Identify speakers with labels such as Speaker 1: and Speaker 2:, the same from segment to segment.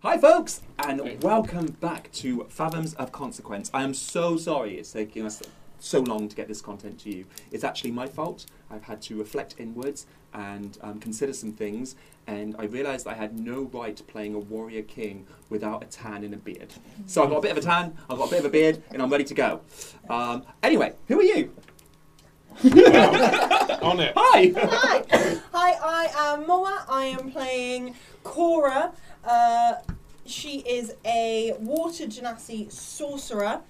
Speaker 1: Hi, folks, and welcome back to Fathoms of Consequence. I am so sorry it's taking us so long to get this content to you. It's actually my fault. I've had to reflect inwards and um, consider some things, and I realised I had no right playing a warrior king without a tan and a beard. So I've got a bit of a tan, I've got a bit of a beard, and I'm ready to go. Um, anyway, who are you?
Speaker 2: on it.
Speaker 1: Hi!
Speaker 3: Hi, hi. I am Moa. I am playing Cora. Uh, she is a water genasi sorcerer.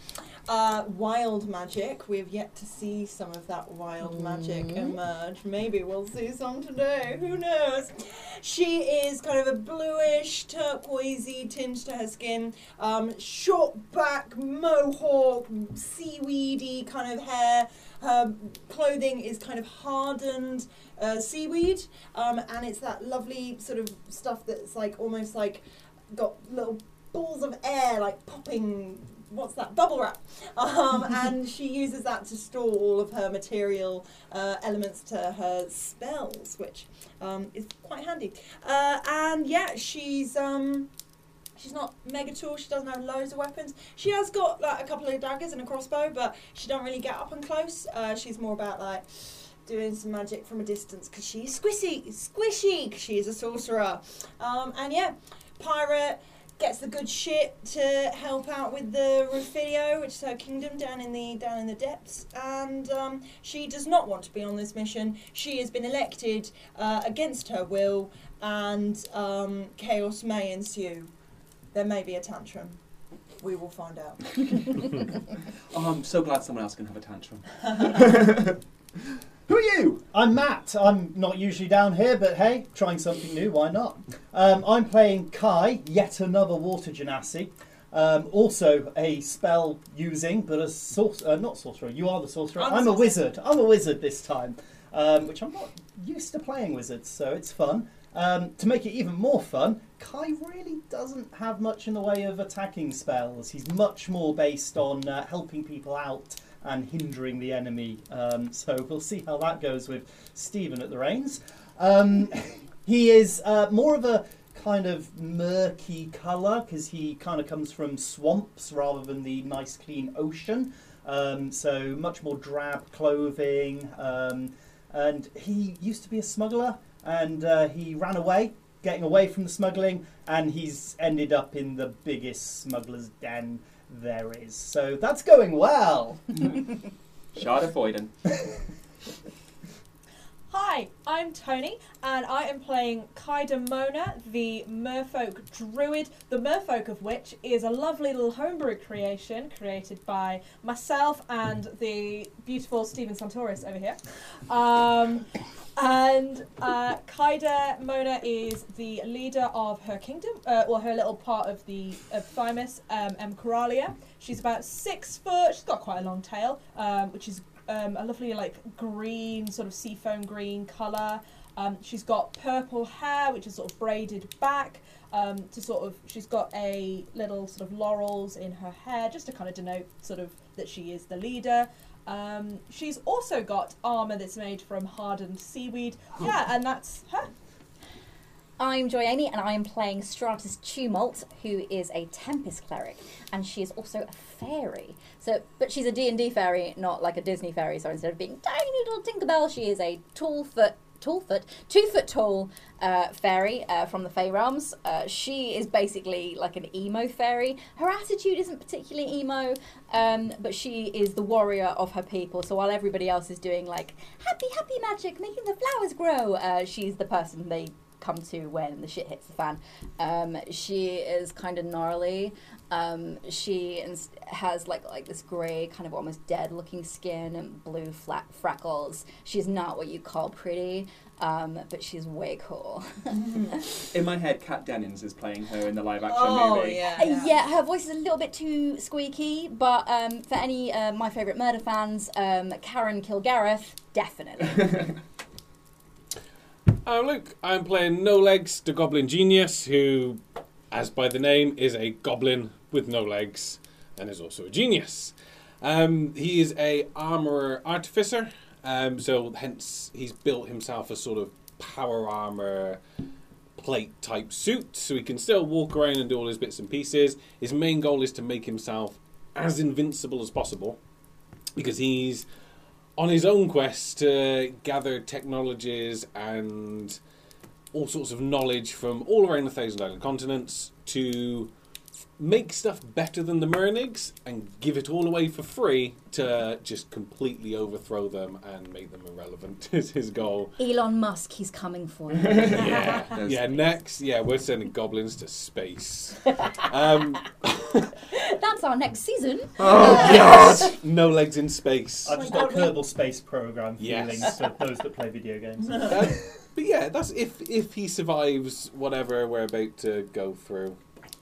Speaker 3: Uh, wild magic. We have yet to see some of that wild magic emerge. Maybe we'll see some today. Who knows? She is kind of a bluish, turquoisey tinge to her skin. Um, short back, mohawk, seaweedy kind of hair. Her clothing is kind of hardened uh, seaweed, um, and it's that lovely sort of stuff that's like almost like got little balls of air like popping. What's that? Bubble wrap. Um, and she uses that to store all of her material uh, elements to her spells, which um, is quite handy. Uh, and yeah, she's um, she's not mega tall. She doesn't have loads of weapons. She has got like a couple of daggers and a crossbow, but she don't really get up and close. Uh, she's more about like doing some magic from a distance because she's squishy, squishy. 'cause she is a sorcerer. Um, and yeah, pirate gets the good shit to help out with the Rufilio, which is her kingdom down in the down in the depths. And um, she does not want to be on this mission. She has been elected uh, against her will, and um, chaos may ensue. There may be a tantrum. We will find out.
Speaker 1: Oh, I'm so glad someone else can have a tantrum. who are you?
Speaker 4: I'm Matt. I'm not usually down here, but hey, trying something new, why not? Um, I'm playing Kai, yet another water genasi. Um, also a spell using, but a sorcerer, uh, not sorcerer, you are the sorcerer.
Speaker 3: I'm
Speaker 4: I'm,
Speaker 3: the
Speaker 4: a
Speaker 3: sorcerer.
Speaker 4: wizard. I'm a wizard this time, um, which I'm not used to playing wizards, so it's fun. Um, to make it even more fun, Kai really doesn't have much in the way of attacking spells. He's much more based on uh, helping people out and hindering the enemy. Um, so we'll see how that goes with Stephen at the reins. Um, he is uh, more of a kind of murky colour because he kind of comes from swamps rather than the nice clean ocean. Um, so much more drab clothing. Um, and he used to be a smuggler and uh, he ran away, getting away from the smuggling, and he's ended up in the biggest smuggler's den there is. So that's going well.
Speaker 1: Sharda Foyden.
Speaker 5: Hi, I'm Tony, and I am playing Kaida Mona, the merfolk druid, the merfolk of which is a lovely little homebrew creation created by myself and the beautiful Stephen Santoris over here. Um, and uh, Kaida Mona is the leader of her kingdom, uh, or her little part of the of Thymus, um, M. Coralia. She's about six foot. She's got quite a long tail, um, which is um, a lovely like green, sort of seafoam green colour. Um, she's got purple hair, which is sort of braided back. Um, to sort of, she's got a little sort of laurels in her hair, just to kind of denote sort of that she is the leader. Um, she's also got armor that's made from hardened seaweed. Yeah, and that's her.
Speaker 6: I'm Joy Amy, and I am playing Stratus Tumult, who is a Tempest cleric, and she is also a fairy. So, but she's a D&D fairy, not like a Disney fairy. So instead of being tiny little Tinkerbell, she is a tall foot, tall foot, two foot tall uh, fairy uh, from the Fey realms. Uh, she is basically like an emo fairy. Her attitude isn't particularly emo, um, but she is the warrior of her people. So while everybody else is doing like happy, happy magic, making the flowers grow, uh, she's the person they come to when the shit hits the fan. Um, she is kind of gnarly. Um, she ins- has like like this grey, kind of almost dead looking skin and blue flat freckles. She's not what you call pretty, um, but she's way cool.
Speaker 1: Mm-hmm. In my head, Kat Dennings is playing her in the live action
Speaker 3: Oh
Speaker 1: movie.
Speaker 3: yeah,
Speaker 6: Uh, Yeah. her voice is a little bit too squeaky, but um, for any uh, my favorite murder fans, um, Karen Kilgareth, definitely.
Speaker 2: I'm Luke. I'm playing No Legs, the Goblin Genius, who, as by the name, is a goblin with no legs and is also a genius. Um, he is a armorer artificer, um, so hence he's built himself a sort of power armor plate type suit, so he can still walk around and do all his bits and pieces. His main goal is to make himself as invincible as possible, because he's on his own quest to gather technologies and all sorts of knowledge from all around the Thousand Island continents to make stuff better than the Myrnigs and give it all away for free to just completely overthrow them and make them irrelevant is his goal.
Speaker 6: Elon Musk, he's coming for you.
Speaker 2: Yeah,
Speaker 1: Those
Speaker 2: yeah.
Speaker 1: things.
Speaker 2: Next, yeah, we're sending goblins to space. Um,
Speaker 6: That's our next season.
Speaker 2: no legs in space.
Speaker 4: I've just got Kerbal Space Program
Speaker 2: Yes.
Speaker 4: feelings for those that play video games.
Speaker 2: Um, but yeah, that's if if he survives whatever we're about to go through.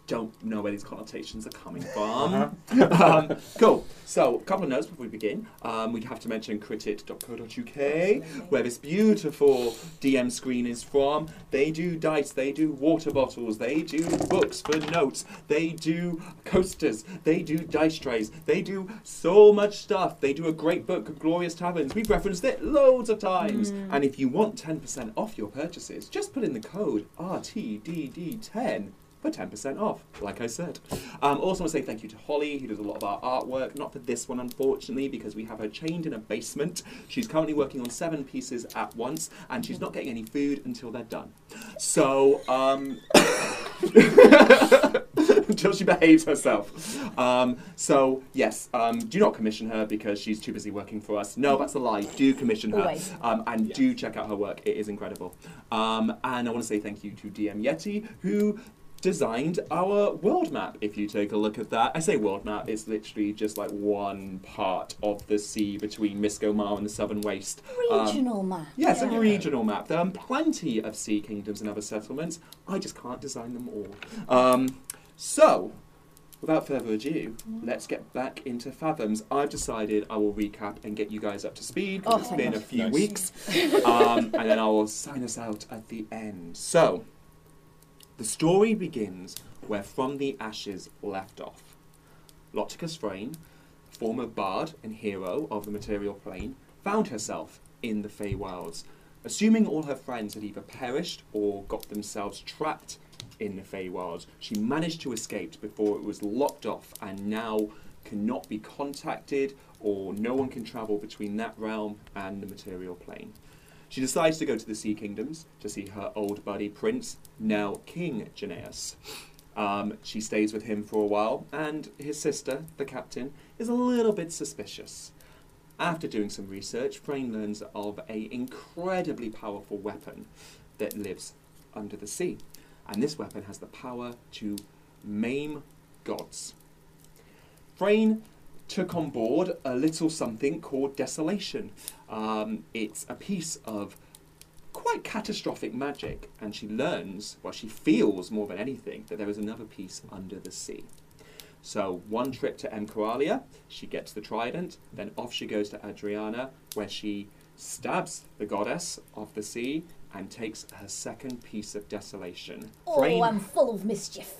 Speaker 1: don't know where these connotations are coming from. um, cool. So, a couple of notes before we begin. Um, we'd have to mention critit.co.uk, where this beautiful DM screen is from. They do dice, they do water bottles, they do books for notes, they do coasters, they do dice trays, they do so much stuff. They do a great book, Glorious Taverns. We've referenced it loads of times. And if you want 10% off your purchases, just put in the code RTDD10 for 10% off, like I said. Um, also, want to say thank you to Holly, who does a lot of our artwork. Not for this one, unfortunately, because we have her chained in a basement. She's currently working on seven pieces at once, and she's not getting any food until they're done. So, um, until she behaves herself. Um, so, yes, um, do not commission her because she's too busy working for us. No, that's a lie. Do commission her.
Speaker 6: Always.
Speaker 1: Um, and do check out her work, it is incredible. Um, and I want to say thank you to DM Yeti, who designed our world map. If you take a look at that, I say world map, it's literally just like one part of the sea between Miskomar and the Southern Waste. Um,
Speaker 6: Regional map.
Speaker 1: yeah, it's a
Speaker 2: Yeah.
Speaker 1: regional map. There are plenty of sea kingdoms and other settlements. I just can't design them all. Um, so, without further ado, let's get back into Fathoms. I've decided I will recap and get you guys up to speed because
Speaker 6: Oh,
Speaker 1: it's
Speaker 6: thank
Speaker 1: been
Speaker 6: God.
Speaker 1: a few
Speaker 2: Nice.
Speaker 1: weeks. um, and then I will sign us out at the end. So, the story begins where From the Ashes left off. Loticus Frayne, former bard and hero of the material plane, found herself in the Feywilds. Assuming all her friends had either perished or got themselves trapped in the Feywilds, she managed to escape before it was locked off and now cannot be contacted or no one can travel between that realm and the material plane. She decides to go to the Sea Kingdoms to see her old buddy Prince, now King Janaeus. Um, she stays with him for a while, and his sister, the captain, is a little bit suspicious. After doing some research, Frayne learns of a incredibly powerful weapon that lives under the sea, and this weapon has the power to maim gods. Frayne took on board a little something called desolation. Um, it's a piece of quite catastrophic magic, and she learns, well, she feels more than anything, that there is another piece under the sea. So, one trip to Emcoralia, she gets the trident, then off she goes to Adriana, where she stabs the goddess of the sea and takes her second piece of desolation.
Speaker 6: Oh,
Speaker 1: Frayne
Speaker 6: I'm full of mischief.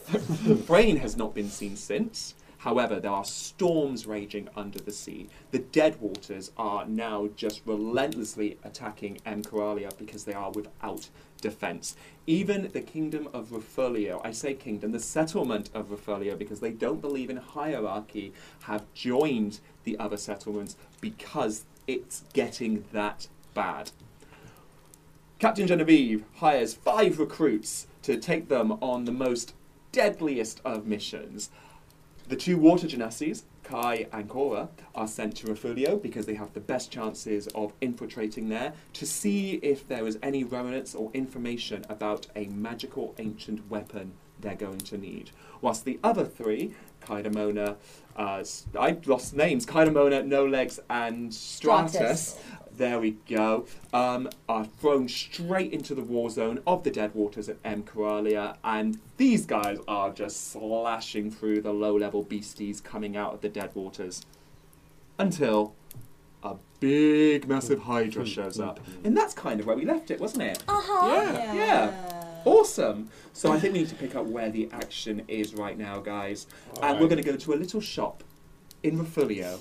Speaker 1: Brain has not been seen since. However, there are storms raging under the sea. The dead waters are now just relentlessly attacking Emcoralia because they are without defense. Even the kingdom of Rufolio, I say kingdom, the settlement of Rufolio, because they don't believe in hierarchy, have joined the other settlements because it's getting that bad. Captain Genevieve hires five recruits to take them on the most deadliest of missions. The two water genassis, Kai and Cora, are sent to Refulio because they have the best chances of infiltrating there to see if there is any remnants or information about a magical ancient weapon they're going to need. Whilst the other three, Kaidamona, uh, s- I lost names, Kaidamona, No Legs, and Stratus,
Speaker 6: Stratus.
Speaker 1: there we go, um, are thrown straight into the war zone of the dead waters at M. Coralia, and these guys are just slashing through the low level beasties coming out of the dead waters until a big, massive Hydra shows up. And that's kind of where we left it, wasn't it?
Speaker 6: uh-huh.
Speaker 2: Yeah.
Speaker 1: Yeah. Awesome. So I think we need to pick up where the action is right now, guys. and we're
Speaker 2: Alright.
Speaker 1: going to go to a little shop in Refulio.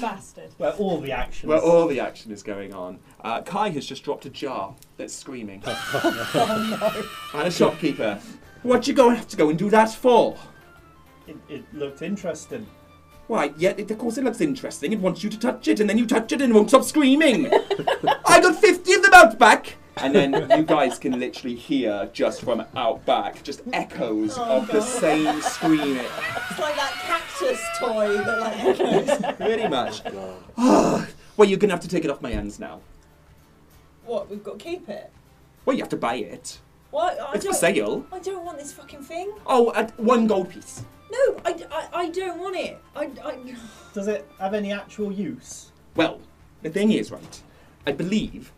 Speaker 5: Bastard.
Speaker 4: Where all the action
Speaker 1: Where
Speaker 4: is.
Speaker 1: all the action is going on. Uh, Kai has just dropped a jar that's screaming. Oh, And a shopkeeper. What you going to have to go and do that for?
Speaker 4: It, it looked interesting.
Speaker 1: Why, yeah, it, of course it looks interesting. It wants you to touch it, and then you touch it and it won't stop screaming. I got 50 of them out back! And then you guys can literally hear just from out back just echoes
Speaker 3: Oh,
Speaker 1: of the
Speaker 3: God.
Speaker 1: same screaming.
Speaker 3: It's like that cactus toy that like.
Speaker 1: Pretty much. well, you're going to have to take it off my hands now.
Speaker 3: what? We've got to keep it.
Speaker 1: Well, you have to buy it.
Speaker 3: What? I
Speaker 1: It's for
Speaker 3: don't-
Speaker 1: sale.
Speaker 3: I don't want this fucking thing.
Speaker 1: Oh, at one gold piece.
Speaker 3: No, I, I, I don't want it. I, I,
Speaker 4: Does it have any actual use?
Speaker 1: Well, the thing is, right, I believe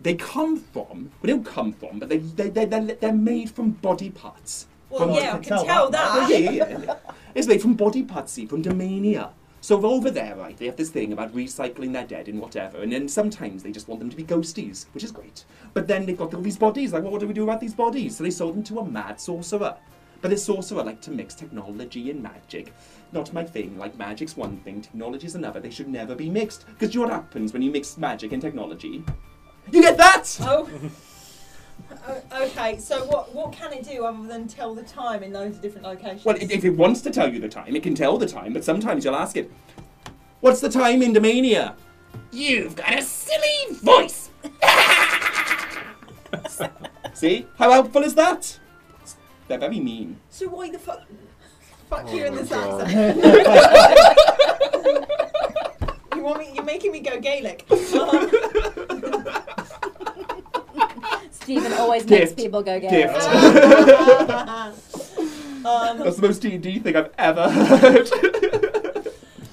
Speaker 1: they come from, well, they don't come from, but they, they, they, they're, they're made from body parts.
Speaker 3: well,
Speaker 1: From
Speaker 4: Well,
Speaker 3: yeah, I can tell that.
Speaker 1: yeah, yeah, yeah. It's made from body partsy, from Domania. So over there, right, they have this thing about recycling their dead and whatever, and then sometimes they just want them to be ghosties, which is great. But then they've got all these bodies, like, what do we do about these bodies? So they sold them to a mad sorcerer. But this sorcerer liked to mix technology and magic. Not my thing, like magic's one thing, technology's another. They should never be mixed. Because you know what happens when you mix magic and technology? You get that!
Speaker 3: Oh. O- okay, so what, what can it do other than tell the time in those different locations?
Speaker 1: Well, i- if it wants to tell you the time, it can tell the time, but sometimes you'll ask it, What's the time in Domania? You've got a silly voice! See? How helpful is that? They're very mean.
Speaker 3: so why the fuck? Fuck
Speaker 2: Oh
Speaker 3: you in
Speaker 2: my
Speaker 3: this
Speaker 2: God.
Speaker 3: accent. you want me? You're making me go Gaelic.
Speaker 6: Stephen always makes
Speaker 1: Gift.
Speaker 6: people go gay.
Speaker 1: Gift.
Speaker 3: Oh. um,
Speaker 1: That's the most D&D thing I've ever heard.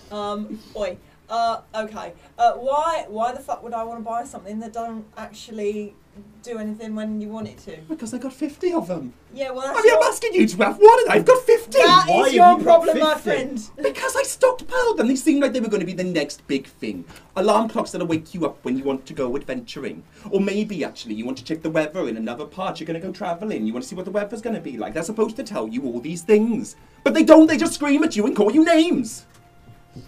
Speaker 3: um, oi. Uh, okay. Uh, why? Why the fuck would I want to buy something that don't actually do anything when you want it to?
Speaker 1: because I got 50 of them.
Speaker 3: Yeah. Well,
Speaker 1: I
Speaker 3: that's
Speaker 1: mean,
Speaker 3: your,
Speaker 1: I'm asking you to have one, and I've got 50!
Speaker 3: that
Speaker 4: Why
Speaker 3: is
Speaker 4: have
Speaker 3: your
Speaker 4: you got
Speaker 3: problem, my
Speaker 4: 50?
Speaker 3: friend.
Speaker 1: Because I stockpiled them. They seemed like they were going to be the next big thing. Alarm clocks that'll wake you up when you want to go adventuring. Or maybe, actually, you want to check the weather in another part. You're going to go traveling. You want to see what the weather's going to be like. They're supposed to tell you all these things. But they don't. They just scream at you and call you names.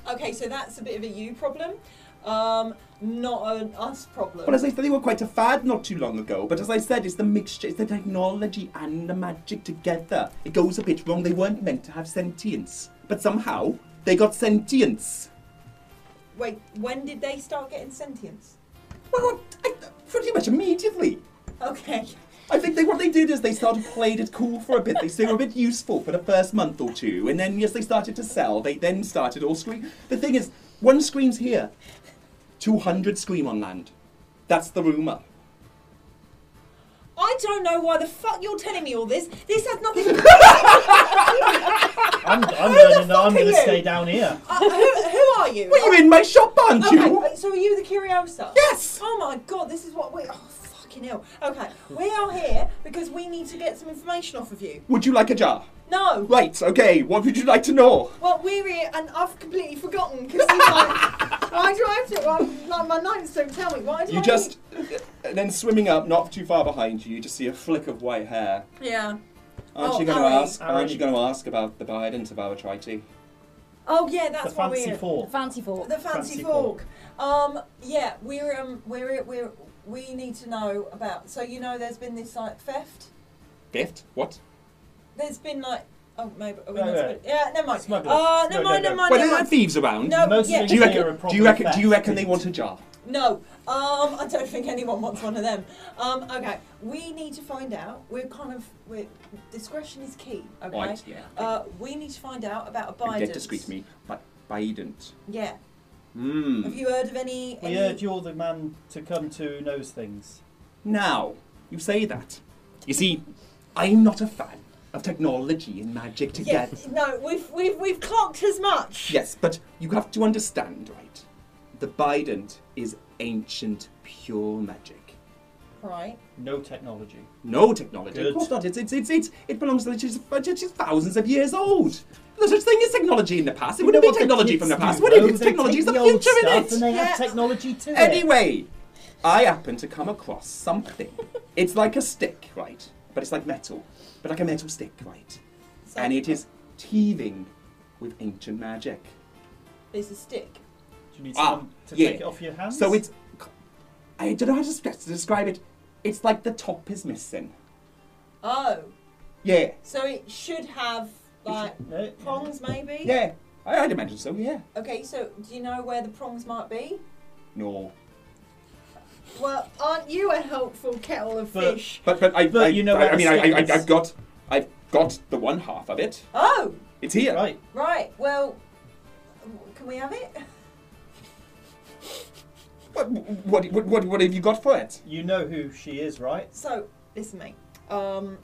Speaker 3: Okay, so that's a bit of a you problem, um, not an us problem.
Speaker 1: Well, as I said, they were quite a fad not too long ago. But as I said, it's the mixture, it's the technology and the magic together. It goes a bit wrong. They weren't meant to have sentience. But somehow, they got sentience.
Speaker 3: Wait, when did they start getting sentience?
Speaker 1: Well, I, pretty much immediately.
Speaker 3: Okay.
Speaker 1: I think they, what they did is they started played it cool for a bit. They they were a bit useful for the first month or two, and then yes, they started to sell. They then started all scream. The thing is, one screams here, two hundred scream on land. That's the rumor.
Speaker 3: I don't know why the fuck you're telling me all this. This has nothing.
Speaker 4: I'm, I'm learning that
Speaker 3: fuck are
Speaker 4: I'm going to
Speaker 3: you?
Speaker 4: stay down here.
Speaker 3: uh, who, who are you? Oh,
Speaker 1: Well, you're in my shop, aren't
Speaker 3: okay,
Speaker 1: you?
Speaker 3: wait, so are you the Curiosa?
Speaker 1: Yes.
Speaker 3: Oh my god, this is what we. Oh, fucking hell. Okay, we are here because we need to get some information off of you.
Speaker 1: Would you like a jar?
Speaker 3: No.
Speaker 1: Right. Okay. What would you like to know?
Speaker 3: Well, we're here and I've completely forgotten because like, I drive to. Well, like, my notes don't tell me. Why do
Speaker 1: You
Speaker 3: I
Speaker 1: just and then swimming up, not too far behind you, you just see a flick of white hair.
Speaker 3: need- Yeah.
Speaker 1: Aren't
Speaker 3: Oh,
Speaker 1: you going to
Speaker 3: Harry.
Speaker 1: ask? Aren't you
Speaker 4: Harry.
Speaker 1: going to ask about the guidance of our treaty?
Speaker 3: Oh yeah, that's
Speaker 4: the
Speaker 3: what
Speaker 4: fancy
Speaker 3: we're.
Speaker 4: four.
Speaker 6: Fancy fork.
Speaker 3: The fancy,
Speaker 4: Fancy
Speaker 3: fork. Um, yeah, we're um, we're we're we need to know about. So you know, there's been this like theft.
Speaker 1: Gift? What?
Speaker 3: There's been like oh maybe are we
Speaker 4: No,
Speaker 3: not
Speaker 4: no.
Speaker 3: supposed- yeah never mind.
Speaker 4: Smugglers.
Speaker 3: Uh,
Speaker 4: No,
Speaker 3: never
Speaker 4: no,
Speaker 3: mind,
Speaker 4: no.
Speaker 3: never mind,
Speaker 1: Well, there
Speaker 3: never
Speaker 1: are
Speaker 3: mind.
Speaker 1: thieves around.
Speaker 3: No,
Speaker 4: Most
Speaker 3: yeah.
Speaker 4: of
Speaker 1: Do you
Speaker 4: them here are
Speaker 1: reckon? Do
Speaker 4: probably
Speaker 1: you reckon? Do you
Speaker 4: theft,
Speaker 1: reckon they
Speaker 4: isn't
Speaker 1: want
Speaker 4: it?
Speaker 1: a jar?
Speaker 3: No, um, I don't think anyone wants one of them. Um, okay, we need to find out. We're kind of we're, discretion is key. Okay.
Speaker 1: Right, yeah.
Speaker 3: Uh, we need to find out about Biden.
Speaker 1: Get discreet me, but Biden.
Speaker 3: Yeah. Have
Speaker 1: Hmm.
Speaker 3: you heard of any?
Speaker 4: We
Speaker 3: any-
Speaker 4: urge you're the man to come to knows things.
Speaker 1: Now, you say that. You see, I'm not a fan of technology and magic
Speaker 3: Yeah.
Speaker 1: together.
Speaker 3: No, we've we've we've clocked as much.
Speaker 1: Yes, but you have to understand, right? The Biden is ancient, pure magic.
Speaker 3: Right.
Speaker 4: No technology.
Speaker 1: No technology. Of
Speaker 4: Good.
Speaker 1: course not. It's, it's, it's, it's, it belongs to the just, just thousands of years old. There's such thing as technology in the past. It
Speaker 4: You know
Speaker 1: wouldn't be
Speaker 4: what the
Speaker 1: technology
Speaker 4: kids
Speaker 1: from the
Speaker 4: do,
Speaker 1: past, would it?
Speaker 4: though?
Speaker 1: It's
Speaker 4: They
Speaker 1: technology,
Speaker 4: take
Speaker 1: it's the
Speaker 4: old
Speaker 1: future in
Speaker 4: stuff
Speaker 1: it.
Speaker 4: And they
Speaker 3: Yeah.
Speaker 4: add technology to it.
Speaker 1: Anyway, I happen to come across something. It's like a stick, right? But it's like metal, but like a metal stick, right?
Speaker 3: So-
Speaker 1: And it is teething with ancient magic.
Speaker 3: is a stick.
Speaker 4: Do you need
Speaker 1: Ah,
Speaker 4: someone to
Speaker 1: yeah.
Speaker 4: take it off your hands?
Speaker 1: So it's. I don't know how to s- to describe it. It's like the top is missing.
Speaker 3: Oh,
Speaker 1: Yeah.
Speaker 3: so it should have like
Speaker 4: No?
Speaker 3: prongs, maybe.
Speaker 1: Yeah. I, I'd imagine so, yeah.
Speaker 3: Okay, so do you know where the prongs might be?
Speaker 1: No.
Speaker 3: Well, aren't you a helpful kettle of
Speaker 4: But-
Speaker 3: fish?
Speaker 1: But, but I,
Speaker 4: But
Speaker 1: I,
Speaker 4: you know
Speaker 1: I,
Speaker 4: where
Speaker 1: I
Speaker 4: the
Speaker 1: mean, I, I,
Speaker 4: stick is.
Speaker 1: I've got. I've got the one half of it.
Speaker 3: Oh,
Speaker 1: It's here.
Speaker 4: Right.
Speaker 3: right. Well, can we have it?
Speaker 1: What, what, what, what, what have you got for it?
Speaker 4: You know who she is, right?
Speaker 3: So, listen, mate. Um,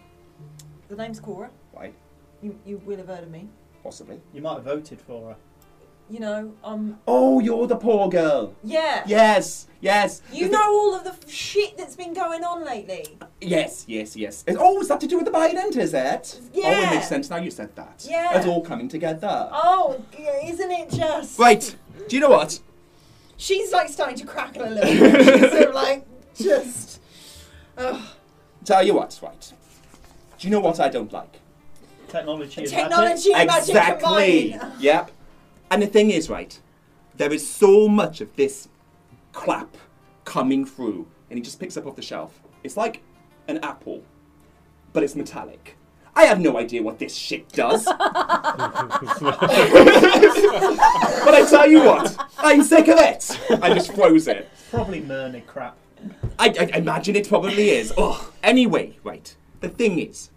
Speaker 3: the name's Cora.
Speaker 1: Right.
Speaker 3: You, you will have heard of me.
Speaker 1: Possibly.
Speaker 4: You might have voted for her.
Speaker 3: You know, um,
Speaker 1: Oh, you're the poor girl.
Speaker 3: yeah.
Speaker 1: Yes. Yes.
Speaker 3: You
Speaker 1: The-
Speaker 3: know all of the f- shit that's been going on lately.
Speaker 1: Yes, yes, yes. It's always that to do with the Biden, is it? Oh,
Speaker 3: Yeah.
Speaker 1: it makes sense now you said that.
Speaker 3: Yeah.
Speaker 1: It's all coming together.
Speaker 3: Oh, g- isn't it just?
Speaker 1: Right. Do you know what?
Speaker 3: She's like starting to crackle a little. bit. She's sort of like just. Ugh.
Speaker 1: Tell you what, right. Do you know what I don't like?
Speaker 4: Technology and magic.
Speaker 3: Technology, magic, and
Speaker 1: exactly.
Speaker 3: combined.
Speaker 1: Yep. And the thing is, right, there is so much of this clap coming through, and he just picks up off the shelf. It's like an apple, but it's metallic. I have no idea what this shit does. but I tell you what, I'm sick of it. I just froze it.
Speaker 4: Probably Myrna crap.
Speaker 1: I, I imagine it probably is. Oh, anyway, right. The thing is,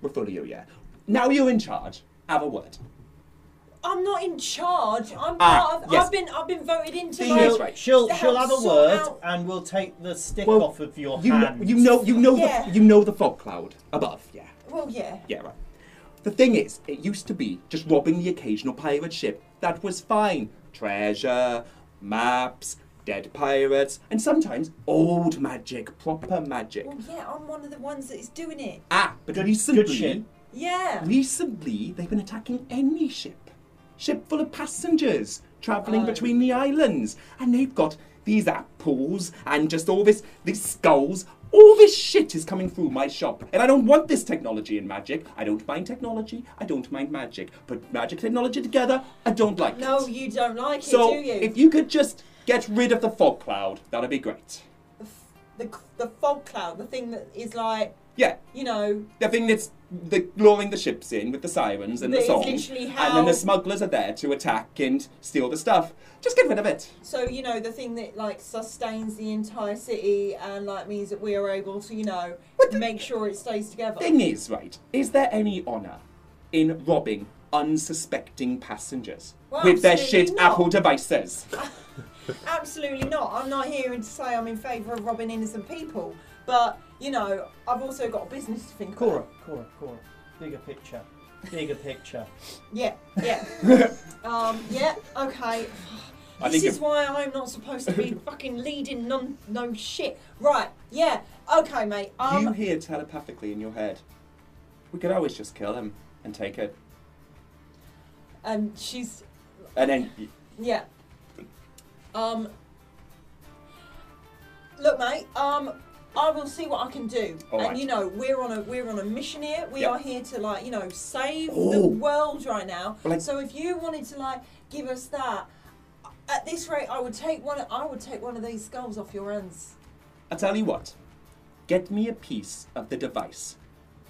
Speaker 1: we're full of you, yeah. Now you're in charge. Have a word.
Speaker 3: I'm not in charge. I'm
Speaker 1: Ah,
Speaker 3: part of.
Speaker 1: yes.
Speaker 3: I've been. I've been voted into.
Speaker 1: Thing
Speaker 3: like,
Speaker 1: is,
Speaker 4: She'll,
Speaker 1: right.
Speaker 4: she'll,
Speaker 3: to
Speaker 4: she'll
Speaker 3: help
Speaker 4: have a
Speaker 3: sort
Speaker 4: word Uh,
Speaker 3: out-
Speaker 4: and we'll take the stick
Speaker 1: Well,
Speaker 4: off of your
Speaker 1: You know,
Speaker 4: hand.
Speaker 1: you know, you know,
Speaker 3: Yeah.
Speaker 1: the, you know the fog cloud above. Yeah,
Speaker 3: Well, yeah.
Speaker 1: yeah, right. The thing is, it used to be just robbing the occasional pirate ship. That was fine. Treasure, maps, dead pirates, and sometimes old magic, proper magic.
Speaker 3: Well, yeah. I'm one of the ones that is doing it.
Speaker 1: Ah, but
Speaker 4: Good-
Speaker 1: recently,
Speaker 4: good ship.
Speaker 3: Yeah.
Speaker 1: recently they've been attacking any ship, ship full of passengers traveling
Speaker 3: Oh.
Speaker 1: between the islands, and they've got these apples and just all this these skulls. All this shit is coming through my shop, and I don't want this technology and magic. I don't mind technology. I don't mind magic, but magic technology together, I don't like it.
Speaker 3: No, you don't like
Speaker 1: so
Speaker 3: it, do you?
Speaker 1: if you could just get rid of the fog cloud, that'd be great.
Speaker 3: the, f- the c- the fog cloud, the thing that is like,
Speaker 1: Yeah,
Speaker 3: you know,
Speaker 1: the thing that's the luring the ships in with the sirens and the
Speaker 3: That is
Speaker 1: songs,
Speaker 3: literally
Speaker 1: and then
Speaker 3: how-
Speaker 1: the smugglers are there to attack and steal the stuff. Just get rid of it.
Speaker 3: so you know the thing that like sustains the entire city and like means that we are able to, you know, make sure it stays together.
Speaker 1: Thing is, right? Is there any honour in robbing unsuspecting passengers
Speaker 3: Well,
Speaker 1: with their
Speaker 3: absolutely
Speaker 1: shit
Speaker 3: not.
Speaker 1: Apple devices?
Speaker 3: Absolutely not. I'm not here to say I'm in favour of robbing innocent people, but you know, I've also got a business to think
Speaker 4: Cora,
Speaker 3: about.
Speaker 4: Cora, Cora. Bigger picture. Bigger picture.
Speaker 3: Yeah, yeah. um, yeah. Okay.
Speaker 1: I
Speaker 3: this
Speaker 1: think
Speaker 3: is
Speaker 1: if-
Speaker 3: why I'm not supposed to be fucking leading none, no shit. Right. Yeah. Okay, mate. Um,
Speaker 1: you hear telepathically in your head. We could always just kill him and take it,
Speaker 3: and um, she's
Speaker 1: and then y-
Speaker 3: yeah. Um. Look, mate. Um, I will see what I can do.
Speaker 1: All
Speaker 3: and
Speaker 1: right.
Speaker 3: you know, we're on a we're on a mission here. We
Speaker 1: Yep.
Speaker 3: are here to like you know save the
Speaker 1: Oh.
Speaker 3: world right now.
Speaker 1: Well, I-
Speaker 3: so if you wanted to like give us that. At this rate, I would take one. I would take one of these skulls off your hands.
Speaker 1: I tell you what. Get me a piece of the device.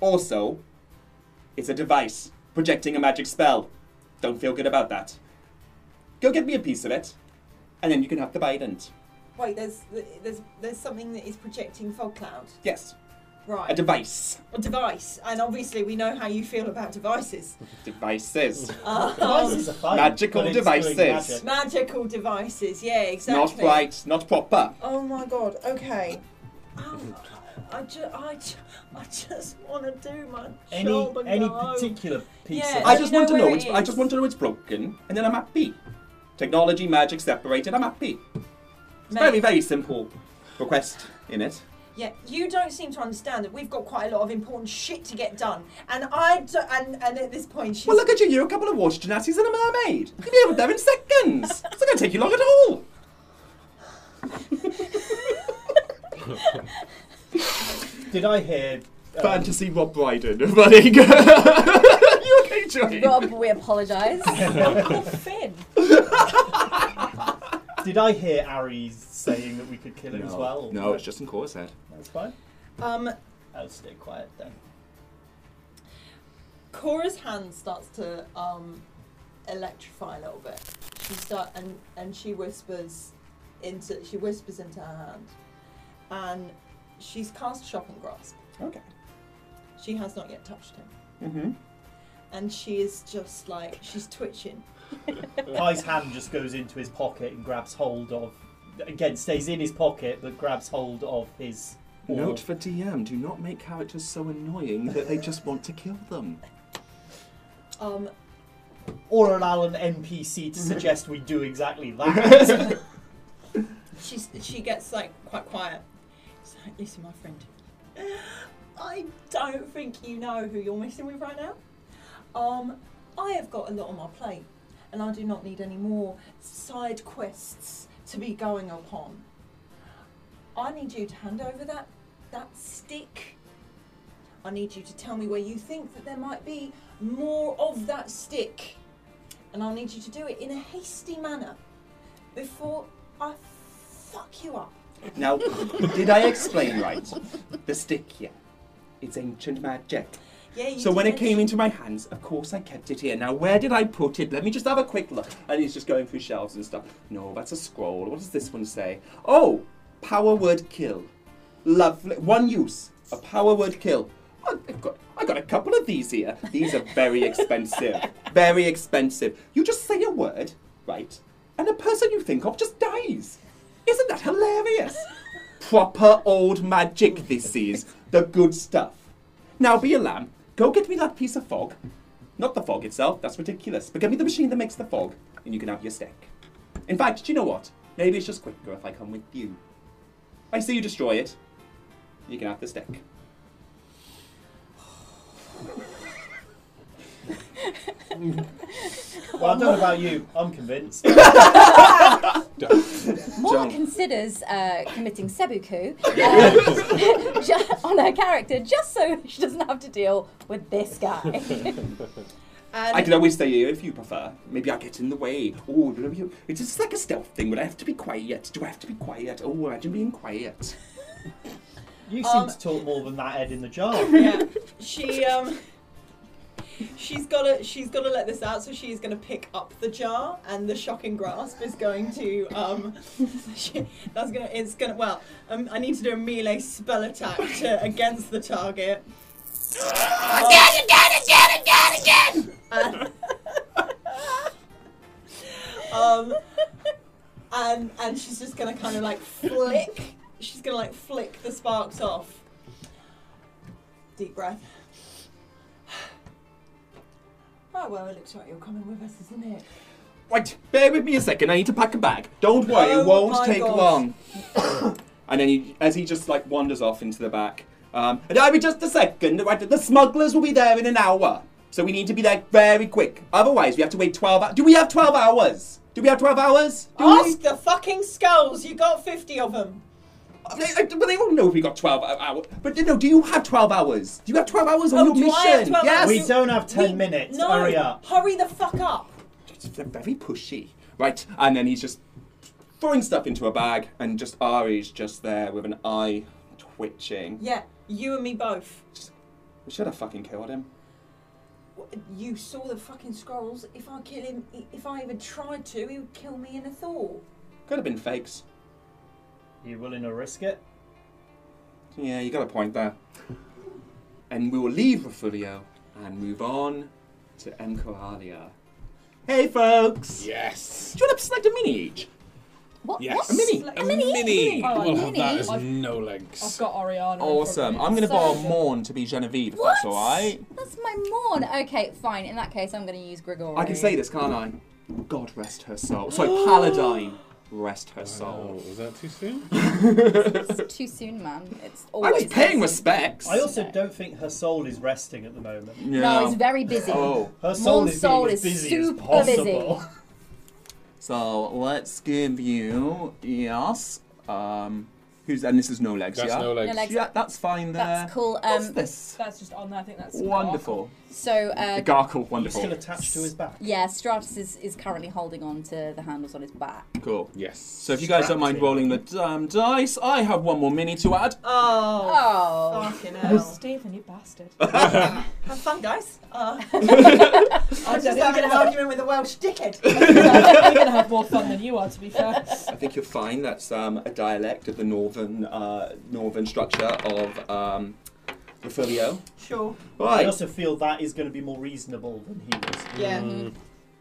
Speaker 1: Also, it's a device projecting a magic spell. Don't feel good about that. Go get me a piece of it, and then you can have the bident.
Speaker 3: Wait, there's there's there's something that is projecting fog cloud.
Speaker 1: Yes,
Speaker 3: Right,
Speaker 1: a device.
Speaker 3: a device, and obviously we know how you feel about devices. Uh, um,
Speaker 1: Devices.
Speaker 4: Devices are fine.
Speaker 1: Magical
Speaker 4: but it's doing
Speaker 1: devices.
Speaker 4: magic.
Speaker 3: Magical devices, yeah,
Speaker 1: not
Speaker 3: exactly.
Speaker 1: right, not proper.
Speaker 3: Oh my god, okay. Um, I, ju- I, ju- I just want to do my
Speaker 4: Any,
Speaker 3: job and
Speaker 4: any
Speaker 3: go home.
Speaker 4: particular piece
Speaker 3: Yeah.
Speaker 1: I
Speaker 4: of it?
Speaker 1: just
Speaker 3: you know
Speaker 1: want to know.
Speaker 3: where it
Speaker 1: It's, I
Speaker 3: is?
Speaker 1: just want to know it's broken, and then I'm happy. Technology, magic separated. I'm happy. It's
Speaker 3: Mate,
Speaker 1: very, very simple request in it.
Speaker 3: Yeah, you don't seem to understand that we've got quite a lot of important shit to get done, and I do- and and at this point she's
Speaker 1: Well, look at you. You're a couple of water genatis and a mermaid. You'll be able there in seconds. It's not going to take you long at all.
Speaker 4: Did I hear. um,
Speaker 1: Fantasy Rob Brydon running. you okay, Johnny?
Speaker 6: Rob, we apologise.
Speaker 5: Uncle Finn.
Speaker 4: Did I hear Ares saying that we could kill him
Speaker 1: no,
Speaker 4: as well?
Speaker 1: no, it's just in chorus head.
Speaker 4: That's fine.
Speaker 3: Um,
Speaker 4: I'll stay quiet then.
Speaker 3: Cora's hand starts to um, electrify a little bit. She start and and she whispers into she whispers into her hand, and she's cast shopping grasp.
Speaker 4: Okay.
Speaker 3: She has not yet touched him,
Speaker 4: Mm-hmm.
Speaker 3: and she is just like she's twitching.
Speaker 4: Kai's hand just goes into his pocket and grabs hold of. Again, stays in his pocket, but grabs hold of his. orb.
Speaker 1: Note for DM: Do not make characters so annoying that they just want to kill them.
Speaker 3: Um,
Speaker 4: or allow an NPC
Speaker 1: Mm-hmm.
Speaker 4: to suggest we do exactly that.
Speaker 3: she's she gets like quite quiet. She's like, Listen, my friend, I don't think you know who you're messing with right now. Um, I have got a lot on my plate, and I do not need any more side quests to be going upon. I need you to hand over that that stick. I need you to tell me where you think that there might be more of that stick, and I need you to do it in a hasty manner before I fuck you up.
Speaker 1: Now, did I explain right? The stick here. It's ancient magic.
Speaker 3: Yeah, you
Speaker 1: So when it
Speaker 3: did.
Speaker 1: came into my hands, of course I kept it here. Now where did I put it? Let me just have a quick look. And he's just going through shelves and stuff. No, that's a scroll. What does this one say? Oh, power word kill. Lovely. One use. A power word kill. Oh, I've got, I got a couple of these here. These are very expensive. very expensive. You just say a word, right? And the person you think of just dies. Isn't that hilarious? Proper old magic this is. The good stuff. Now be a lamb. Go get me that piece of fog. Not the fog itself, that's ridiculous. But get me the machine that makes the fog, and you can have your stick. In fact, do you know what? Maybe it's just quicker if I come with you. I see you destroy it. You can have the stick.
Speaker 4: well, I don't know about you. I'm convinced.
Speaker 6: Mora
Speaker 1: Don't.
Speaker 6: considers uh, committing seppuku uh, ju- on her character just so she doesn't have to deal with this guy.
Speaker 3: And
Speaker 1: I can always stay here if you prefer. Maybe I'll get in the way. Oh, do you- it's just like a stealth thing. Would I have to be quiet? Do I have to be quiet? Oh, imagine being quiet.
Speaker 4: You seem
Speaker 3: Um,
Speaker 4: to talk more than that head in the jar.
Speaker 3: yeah, she um, she's gotta she's gotta let this out. So she's gonna pick up the jar, and the shocking grasp is going to um, she, that's gonna it's gonna well. Um, I need to do a melee spell attack to, against the target.
Speaker 6: Again, again, again, again, again!
Speaker 3: Um, and and she's just gonna kind of like flick. She's gonna like flick the sparks off. Deep breath. Right, well, it looks like you're coming with us, isn't it?
Speaker 1: Right, bear with me a second. I need to pack a bag. Don't worry,
Speaker 3: Oh
Speaker 1: it won't
Speaker 3: my
Speaker 1: take
Speaker 3: God.
Speaker 1: long. and then he, as he just like wanders off into the back, um, and I'll be just a second. Right, the smugglers will be there in an hour, so we need to be there very quick. Otherwise, we have to wait twelve. Ho- Do we have twelve hours? Do we have twelve hours? Do we?
Speaker 3: Ask the fucking skulls. You got fifty of them.
Speaker 1: I- I- But they won't know if we got twelve hours. But no, do you have twelve hours? Do you have twelve hours on
Speaker 3: Oh,
Speaker 1: your
Speaker 3: do
Speaker 1: mission?
Speaker 3: I have 12
Speaker 1: yes.
Speaker 3: hours?
Speaker 4: We don't have ten minutes.
Speaker 3: No,
Speaker 4: Hurry up.
Speaker 3: hurry the fuck up.
Speaker 1: They're very pushy, right? And then he's just throwing stuff into a bag, and just Ari's just there with an eye twitching.
Speaker 3: Yeah, you and me both.
Speaker 1: We should have fucking killed him.
Speaker 3: W- You saw the fucking scrolls. If I kill him, i- if I even tried to, he would kill me in a thaw.
Speaker 1: Could have been fakes.
Speaker 4: You willing to risk it?
Speaker 1: Yeah, you got a point there. And we will leave Refugio and move on to M. Coralia. Hey, folks!
Speaker 2: Yes.
Speaker 1: Do you want to select a mini each?
Speaker 6: What?
Speaker 2: Yes.
Speaker 1: A mini.
Speaker 2: A
Speaker 6: mini.
Speaker 2: mini.
Speaker 5: Oh, a
Speaker 2: we'll have that
Speaker 6: mini.
Speaker 2: as no legs.
Speaker 5: I've got Ariana. in front of
Speaker 1: Awesome.
Speaker 5: me.
Speaker 1: I'm going to
Speaker 5: So
Speaker 1: borrow
Speaker 5: good.
Speaker 1: Morn to be Genevieve, if
Speaker 6: What?
Speaker 1: that's alright.
Speaker 6: That's my morn. Okay, fine. In that case, I'm going to use Grigori.
Speaker 1: I can say this, can't I? God rest her soul. Sorry, Paladine, rest her soul.
Speaker 2: was Oh, that too soon?
Speaker 6: It's too soon, man.
Speaker 1: I
Speaker 6: It's
Speaker 1: was
Speaker 6: always.
Speaker 1: paying
Speaker 6: too soon.
Speaker 1: respects.
Speaker 4: I also don't think her soul is resting at the moment.
Speaker 1: Yeah.
Speaker 6: No, it's very busy.
Speaker 1: Oh,
Speaker 4: Her soul
Speaker 6: Morn's
Speaker 4: is
Speaker 6: soul
Speaker 4: being as
Speaker 6: is
Speaker 4: busy
Speaker 6: super
Speaker 4: as possible.
Speaker 6: busy.
Speaker 1: so let's give you yes. Um, Who's and this is no legs.
Speaker 2: That's
Speaker 1: yeah,
Speaker 2: no legs.
Speaker 6: No legs.
Speaker 1: yeah, that's fine there.
Speaker 6: That's cool.
Speaker 1: What's
Speaker 6: Um,
Speaker 1: this?
Speaker 5: That's just on there. I think that's
Speaker 1: Wonderful.
Speaker 6: so
Speaker 1: the
Speaker 6: uh,
Speaker 1: Garkle,
Speaker 4: You're still
Speaker 1: wonderful.
Speaker 4: attached to his back.
Speaker 6: yeah, Stratus is, is currently holding on to the handles on his back.
Speaker 1: Cool.
Speaker 2: Yes.
Speaker 1: So if you guys don't mind rolling the damn dice, I have one more mini to add.
Speaker 3: Oh,
Speaker 6: Oh,
Speaker 3: fucking hell.
Speaker 5: Stephen, you bastard.
Speaker 3: Have fun, guys. Uh,
Speaker 5: I
Speaker 3: I'm just
Speaker 5: don't
Speaker 3: having
Speaker 5: know.
Speaker 3: an argument with a Welsh dickhead.
Speaker 5: I'm going to have more fun than you are, to be fair.
Speaker 1: I think you'll find that's um, a dialect of the northern uh, northern structure of um, the folio.
Speaker 3: Sure.
Speaker 4: I
Speaker 1: Right.
Speaker 4: also feel that is going to be more reasonable than he was.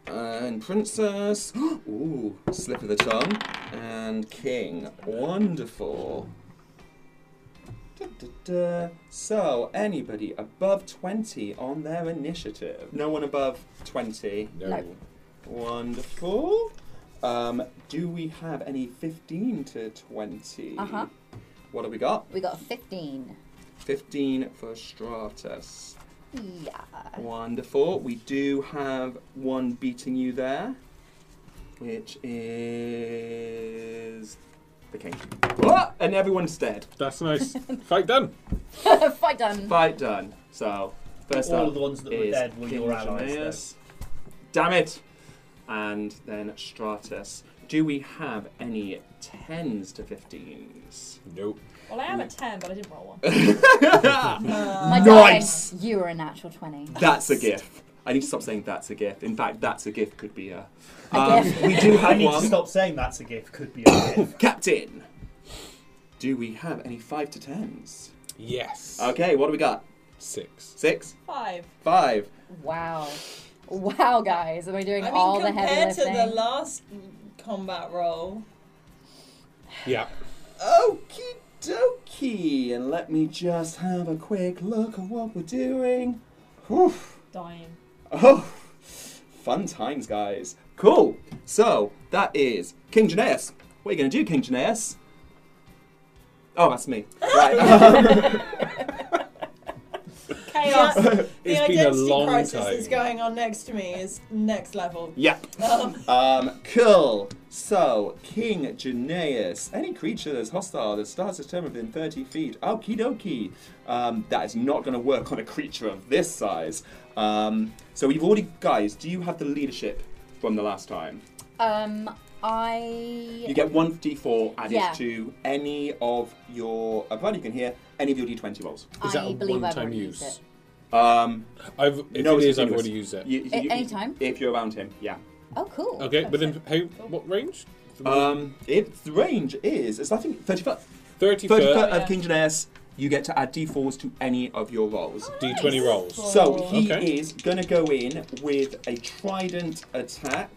Speaker 3: Yeah.
Speaker 1: And princess. Ooh, slip of the tongue. And king. Wonderful. Da-da-da. So, anybody above 20 on their initiative? No one above 20.
Speaker 2: No.
Speaker 6: No.
Speaker 1: Wonderful. Um, do we have any 15 to 20?
Speaker 6: Uh-huh.
Speaker 1: What have we got?
Speaker 6: we got a 15.
Speaker 1: 15 for Stratus.
Speaker 6: Yeah.
Speaker 1: Wonderful. We do have one beating you there, which is the king. Ah! And everyone's dead.
Speaker 2: That's nice. Fight done.
Speaker 6: Fight done.
Speaker 1: Fight done. So first
Speaker 4: All
Speaker 1: up
Speaker 4: of the ones that were
Speaker 1: is
Speaker 4: dead were
Speaker 1: King
Speaker 4: your allies,
Speaker 1: Janius. Damn it! And then Stratus. Do we have any tens to fifteens?
Speaker 2: Nope.
Speaker 5: Well, I am a 10, but I didn't roll one.
Speaker 6: My
Speaker 1: Nice.
Speaker 6: darling, you were a natural 20.
Speaker 1: That's a gift. I need to stop saying that's a gift. In fact, that's a gift could be a.
Speaker 6: A
Speaker 1: Um,
Speaker 6: gift.
Speaker 1: we do
Speaker 4: I
Speaker 1: have
Speaker 4: need to
Speaker 1: one.
Speaker 4: stop saying that's a gift. Could be a gift.
Speaker 1: Captain, do we have any five to tens?
Speaker 2: Yes.
Speaker 1: Okay, what do we got?
Speaker 2: Six.
Speaker 1: Six,
Speaker 5: Five.
Speaker 1: five.
Speaker 6: Wow. Wow, guys. Are we doing
Speaker 3: I
Speaker 6: all
Speaker 3: mean,
Speaker 6: the heavy
Speaker 3: compared to
Speaker 6: lifting?
Speaker 3: the last combat roll,
Speaker 2: Yeah.
Speaker 1: Okie dokie. And let me just have a quick look at what we're doing. Whew.
Speaker 5: Dying.
Speaker 1: Oh, fun times, guys. Cool. So that is King Janaeus. What are you going to do, King Janaeus? Oh, that's me. Right.
Speaker 3: chaos. the
Speaker 2: It's
Speaker 3: identity
Speaker 2: been a long
Speaker 3: crisis
Speaker 2: time.
Speaker 3: that's going on next to me is next level.
Speaker 1: yep.
Speaker 3: Um,
Speaker 1: Um, cool. So, King Janaeus. Any creature that's hostile that starts its turn within 30 feet. Okie dokie. Um, that is not going to work on a creature of this size. Um, so, we've already. Guys, do you have the leadership from the last time?
Speaker 6: um, I.
Speaker 1: You get 1d4 added
Speaker 6: Yeah.
Speaker 1: to any of your. I'm glad you can hear. Any of your d20 rolls.
Speaker 2: Is that
Speaker 6: I
Speaker 2: a
Speaker 6: believe I've
Speaker 2: one-time
Speaker 6: already
Speaker 2: use?
Speaker 6: used
Speaker 1: Um,
Speaker 2: I've. If
Speaker 1: no,
Speaker 2: it
Speaker 1: it's
Speaker 2: is, I've
Speaker 1: continuous.
Speaker 2: already used it.
Speaker 1: You- you-
Speaker 6: A-
Speaker 1: you-
Speaker 6: anytime?
Speaker 1: If you're around him, yeah.
Speaker 6: Oh, cool.
Speaker 2: Okay.
Speaker 6: Oh,
Speaker 2: Within
Speaker 6: sick.
Speaker 2: how? What range?
Speaker 1: Um, its range is. It's I think 30 foot.
Speaker 2: Thirty
Speaker 1: 30
Speaker 2: foot
Speaker 1: foot of King Janaeus, you get to add d4s to any of your rolls.
Speaker 2: D twenty rolls.
Speaker 1: So he
Speaker 2: Okay.
Speaker 1: is going to go in with a trident attack.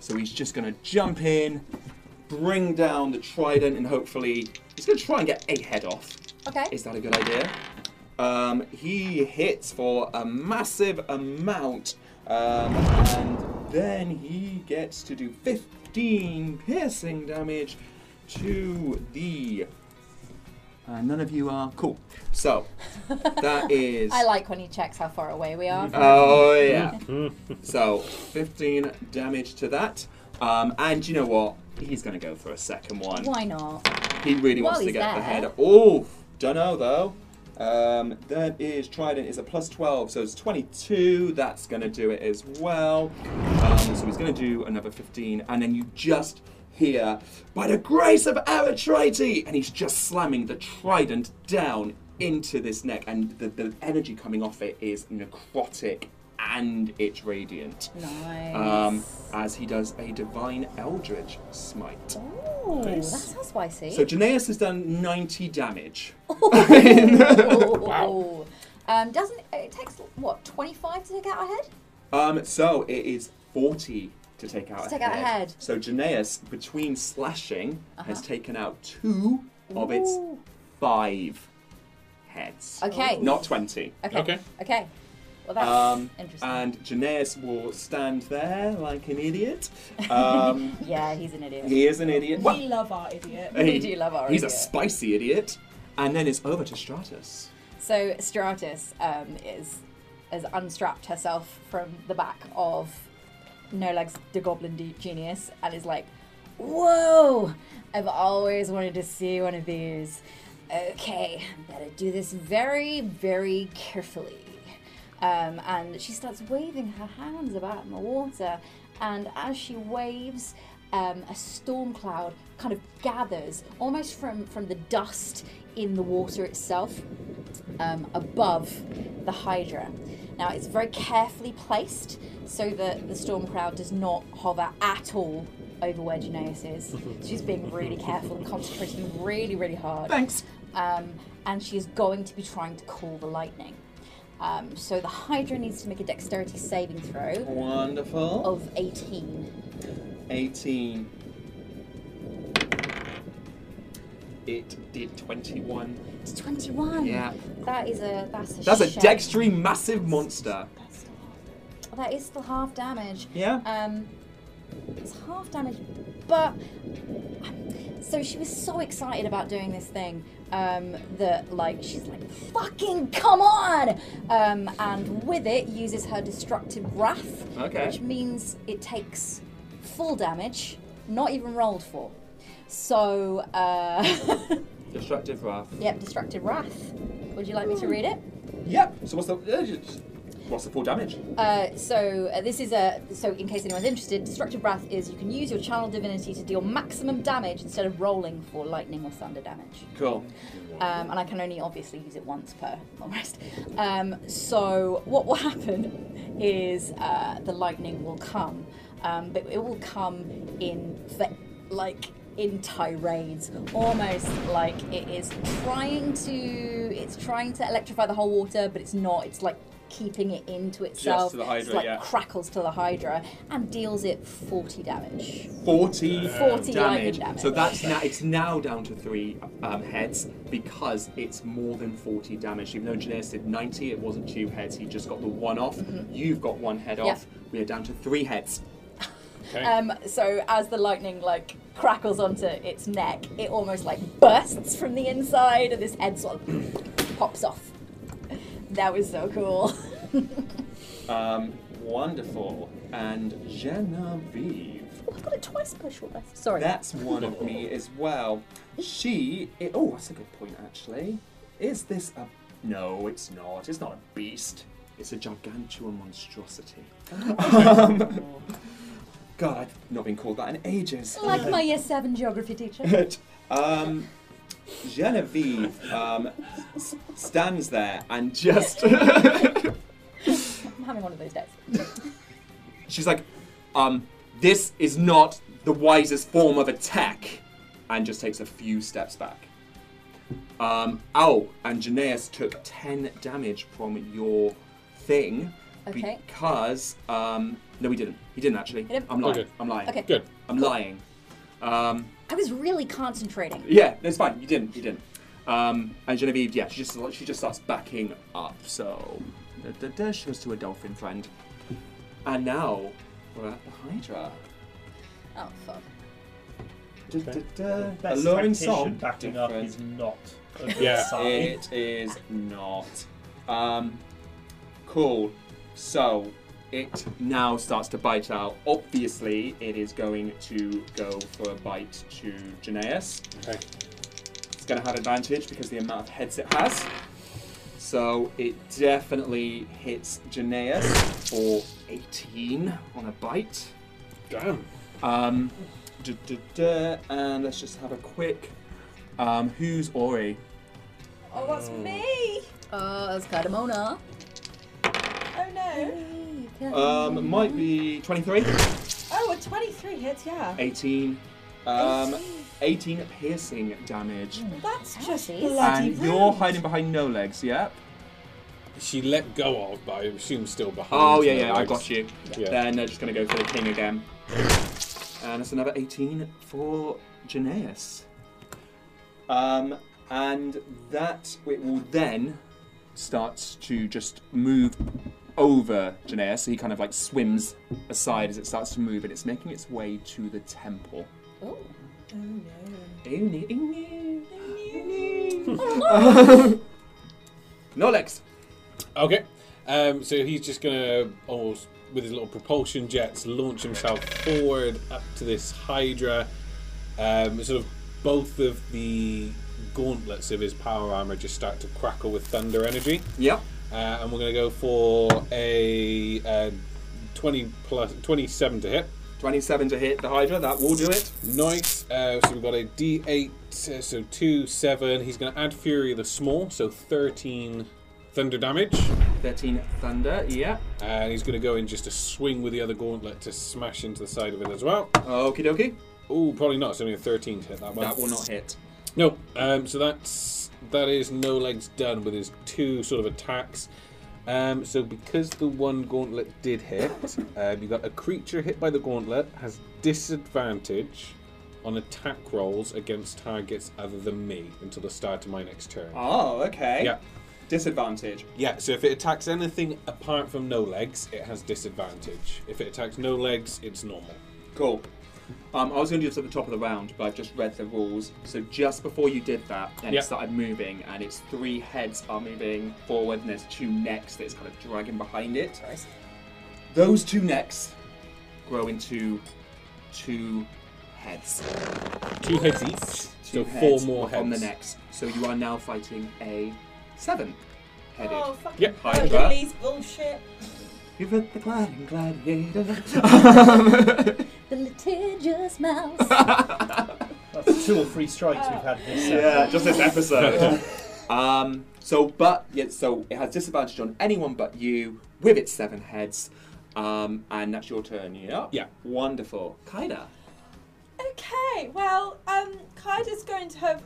Speaker 1: So he's just going to jump in, bring down the trident, and hopefully he's going to try and get a head off.
Speaker 6: Okay.
Speaker 1: Is that a good idea? Um, he hits for a massive amount, um, and then he gets to do 15 piercing damage to the. Uh, none of you are cool. So that is.
Speaker 6: I like when he checks how far away we are.
Speaker 1: Oh yeah. so 15 damage to that, um, and you know what? He's going to go for a second one.
Speaker 6: Why not?
Speaker 1: He really
Speaker 6: While
Speaker 1: wants to
Speaker 6: he's
Speaker 1: get the
Speaker 6: there.
Speaker 1: head. Oh, don't know though. Um, that is Trident is a plus 12, so it's 22. That's going to do it as well. Um, so he's going to do another 15, and then you just hear, by the grace of Aratrite, and he's just slamming the Trident down into this neck, and the, the energy coming off it is necrotic and it's radiant.
Speaker 6: Nice.
Speaker 1: Um, as he does a divine eldritch smite.
Speaker 6: Ooh, that sounds spicy.
Speaker 1: So Janaeus has done 90 damage.
Speaker 6: Oh. wow. Um, doesn't it takes what twenty five to take out a head?
Speaker 1: Um, so it is 40 to take out
Speaker 6: To
Speaker 1: a
Speaker 6: take
Speaker 1: head.
Speaker 6: out a head. Uh-huh.
Speaker 1: So Janaeus, between slashing, has taken out two of its
Speaker 6: Ooh.
Speaker 1: five heads. Oh.
Speaker 6: Okay.
Speaker 1: Not 20.
Speaker 6: Okay.
Speaker 2: Okay.
Speaker 6: Okay. Well, that's
Speaker 1: Um,
Speaker 6: interesting.
Speaker 1: and Janaeus will stand there like an idiot. Um,
Speaker 6: yeah, he's an idiot.
Speaker 1: he is an idiot. Well,
Speaker 5: We love our idiot.
Speaker 1: he-
Speaker 6: do love our
Speaker 1: He's a
Speaker 6: idiot.
Speaker 1: spicy idiot. And then it's over to Stratus.
Speaker 6: So Stratus um, is has unstrapped herself from the back of No Legs the Goblin de- Genius and is like, Whoa! I've always wanted to see one of these. Okay, better do this very, very carefully. Um, and she starts waving her hands about in the water, and as she waves, um, a storm cloud kind of gathers almost from, from the dust in the water itself um, above the Hydra. Now it's very carefully placed so that the storm cloud does not hover at all over where Janaeus is. She's being really careful and concentrating really, really hard.
Speaker 1: Thanks.
Speaker 6: Um, and she is going to be trying to call the lightning. Um, so the Hydra needs to make a dexterity saving throw
Speaker 4: Wonderful.
Speaker 6: of 18.
Speaker 1: 18. It did 21.
Speaker 6: It's 21.
Speaker 1: Yeah.
Speaker 6: That is a that's a
Speaker 1: That's a
Speaker 6: shame.
Speaker 1: dexterous massive monster.
Speaker 6: That's still half- That is still half damage.
Speaker 1: Yeah.
Speaker 6: Um, it's half damage, but um, so she was so excited about doing this thing um, that like she's like, "Fucking come on!" Um, and with it uses her destructive wrath,
Speaker 1: Okay.
Speaker 6: which means it takes full damage, not even rolled for. So, uh,
Speaker 1: Destructive wrath.
Speaker 6: yep, destructive wrath. Would you like me to read it?
Speaker 1: Yep. So what's the uh, just- what's the full damage?
Speaker 6: Uh, so uh, this is a so in case anyone's interested, destructive wrath is you can use your channel divinity to deal maximum damage instead of rolling for lightning or thunder damage.
Speaker 1: Cool.
Speaker 6: Um, and I can only obviously use it once per long rest. Um, so what will happen is uh, the lightning will come, um, but it will come in fa- like in tirades, almost like it is trying to it's trying to electrify the whole water, but it's not. It's like keeping it into itself.
Speaker 1: to the Hydra,
Speaker 6: it's like
Speaker 1: yeah.
Speaker 6: crackles to the hydra and deals it forty damage.
Speaker 1: 40,
Speaker 6: 40 lightning
Speaker 1: damage.
Speaker 6: damage.
Speaker 1: So that's now it's now down to three um, heads because it's more than 40 damage. Even though Janaeus did 90, it wasn't two heads. He just got the one off. You've got one head
Speaker 6: Yeah.
Speaker 1: off. We are down to three heads.
Speaker 2: Okay.
Speaker 6: Um, so as the lightning like crackles onto its neck, it almost like bursts from the inside, and this head sort of pops off. That was so cool.
Speaker 1: Um, wonderful. And Genevieve.
Speaker 6: I've got it twice per short rest. Sorry.
Speaker 1: That's one of me as well. She. i oh, that's a good point, actually. Is this a. No, it's not. It's not a beast. It's a gigantuan monstrosity. um, God, I've not been called that in ages.
Speaker 6: like my year seven geography teacher.
Speaker 1: But, um, Genevieve um, s- stands there and just.
Speaker 6: I'm having one of those days.
Speaker 1: She's like, um, this is not the wisest form of attack, and just takes a few steps back. Um, ow, and Janaeus took 10 damage from your thing.
Speaker 6: Okay.
Speaker 1: Because, um, no, he didn't. He didn't actually.
Speaker 6: He didn't?
Speaker 1: I'm lying.
Speaker 2: Okay.
Speaker 1: I'm lying.
Speaker 6: Okay.
Speaker 2: Good.
Speaker 1: I'm lying. Um,
Speaker 6: I was really concentrating.
Speaker 1: yeah, that's fine. You didn't. You didn't. Um, and Genevieve, yeah, she just she just starts backing up. So da, da, da, she goes to a dolphin friend, and now we're at the Hydra.
Speaker 6: Oh fuck.
Speaker 1: Da, da, da.
Speaker 4: The best
Speaker 1: a lowering
Speaker 4: tactician
Speaker 1: song.
Speaker 4: backing up
Speaker 1: Different.
Speaker 4: is not a good
Speaker 2: Yeah.
Speaker 4: sign.
Speaker 1: It is not. Um, cool. So it now starts to bite out. Obviously, it is going to go for a bite to Janaeus.
Speaker 2: Okay.
Speaker 1: It's going to have advantage because the amount of heads it has. So it definitely hits Janaeus for 18 on a bite.
Speaker 2: Damn.
Speaker 1: Um, duh, duh, duh, and let's just have a quick. Um, who's Ori?
Speaker 3: Oh, that's
Speaker 2: Mm.
Speaker 3: me.
Speaker 6: Oh, that's Cardamona.
Speaker 3: Oh no.
Speaker 1: Um, might be 23,
Speaker 3: Oh, a 23 hits, yeah.
Speaker 1: 18, um, 18 piercing damage.
Speaker 3: Mm. That's just
Speaker 6: Ouchies.
Speaker 3: bloody
Speaker 1: And you're
Speaker 3: rude.
Speaker 1: hiding behind no legs, yep.
Speaker 2: She let go of, but I assume still behind.
Speaker 1: Oh, yeah, yeah,
Speaker 2: the
Speaker 1: I
Speaker 2: legs.
Speaker 1: got you.
Speaker 2: Yeah.
Speaker 1: Then they're just going to go for the king again. And it's another 18 for Janaeus. Um, and that it will then starts to just move over Janaeus. So he kind of like swims aside as it starts to move, and it's making its way to the temple.
Speaker 6: Ooh.
Speaker 3: Oh no.
Speaker 1: no Lex.
Speaker 2: Okay. Um, so he's just gonna almost with his little propulsion jets launch himself forward up to this Hydra Um, sort of both of the gauntlets of his power armor just start to crackle with thunder energy.
Speaker 1: Yep.
Speaker 2: Uh, and we're going to go for a uh, 20 plus 27 to hit.
Speaker 1: 27 to hit the Hydra, that will do it.
Speaker 2: Nice. Uh, so we've got a D8, uh, so 2, 7. He's going to add Fury of the Small, so 13 thunder damage.
Speaker 1: 13 Thunder, yeah.
Speaker 2: And he's going to go in just a swing with the other gauntlet to smash into the side of it as well.
Speaker 1: Okie dokie.
Speaker 2: Oh, probably not. It's only a 13 to hit that one.
Speaker 1: That will not hit.
Speaker 2: No. Um, so that's that is no legs done with his two sort of attacks. Um, so because the one gauntlet did hit, um, you got a creature hit by the gauntlet has disadvantage on attack rolls against targets other than me until the start of my next turn.
Speaker 1: Oh, okay.
Speaker 2: Yeah.
Speaker 1: Disadvantage.
Speaker 2: Yeah, so if it attacks anything apart from no legs, it has disadvantage. If it attacks no legs, it's normal.
Speaker 1: Cool. Um, I was going to do this at the top of the round, but I've just read the rules. So just before you did that, then
Speaker 2: Yeah.
Speaker 1: it started moving, and its three heads are moving forward, and there's two necks that's kind of dragging behind it. Those two necks grow into two heads.
Speaker 2: Two heads each,
Speaker 1: Two
Speaker 2: so
Speaker 1: heads
Speaker 2: four more heads.
Speaker 1: on the necks. So you are now fighting a seven-headed.
Speaker 3: Oh, fucking
Speaker 2: Yep.
Speaker 1: Hydra.
Speaker 3: Hercules bullshit.
Speaker 1: You've read the gliding gladiator.
Speaker 6: The litigious mouse.
Speaker 4: That's two or three strikes we've had this. uh, set.
Speaker 1: yeah, just this episode. um, so, but yeah, so it has disadvantage on anyone but you with its seven heads, um, and that's your turn. Yeah.
Speaker 2: Yeah.
Speaker 1: Wonderful, Kaida.
Speaker 5: Okay, well, um, Kaida's going to have.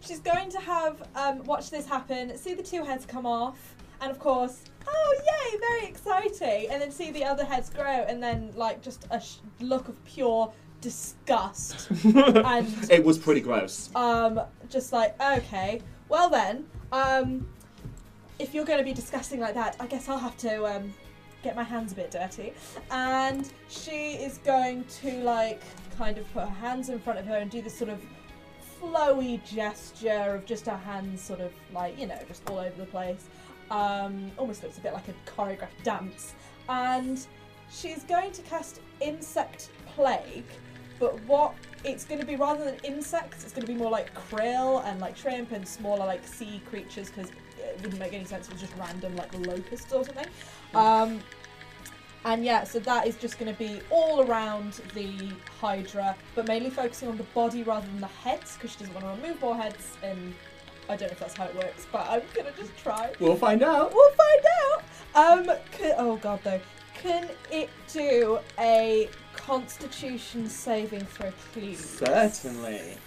Speaker 5: She's going to have. Um, watch this happen, see the two heads come off, and of course, oh yay, very exciting! And then see the other heads grow, and then, like, just a sh- look of pure disgust. And-
Speaker 1: it was pretty gross.
Speaker 5: um, just like, okay, well then, um, if you're going to be discussing like that, I guess I'll have to um, get my hands a bit dirty. And she is going to, like, kind of put her hands in front of her and do this sort of flowy gesture of just her hands sort of like, you know, just all over the place. Um, almost looks a bit like a choreographed dance. And she's going to cast Insect Plague, but what it's going to be rather than insects, it's going to be more like krill and like shrimp and smaller like sea creatures because it wouldn't make any sense if it was just random like locusts or something. Um, and yeah, so that is just going to be all around the Hydra, but mainly focusing on the body rather than the heads because she doesn't want to remove more heads. And I don't know if that's how it works, but I'm going to just try.
Speaker 1: We'll find out.
Speaker 5: We'll find out. Um, c oh god, though, can it do a Constitution saving throw, please?
Speaker 1: Certainly.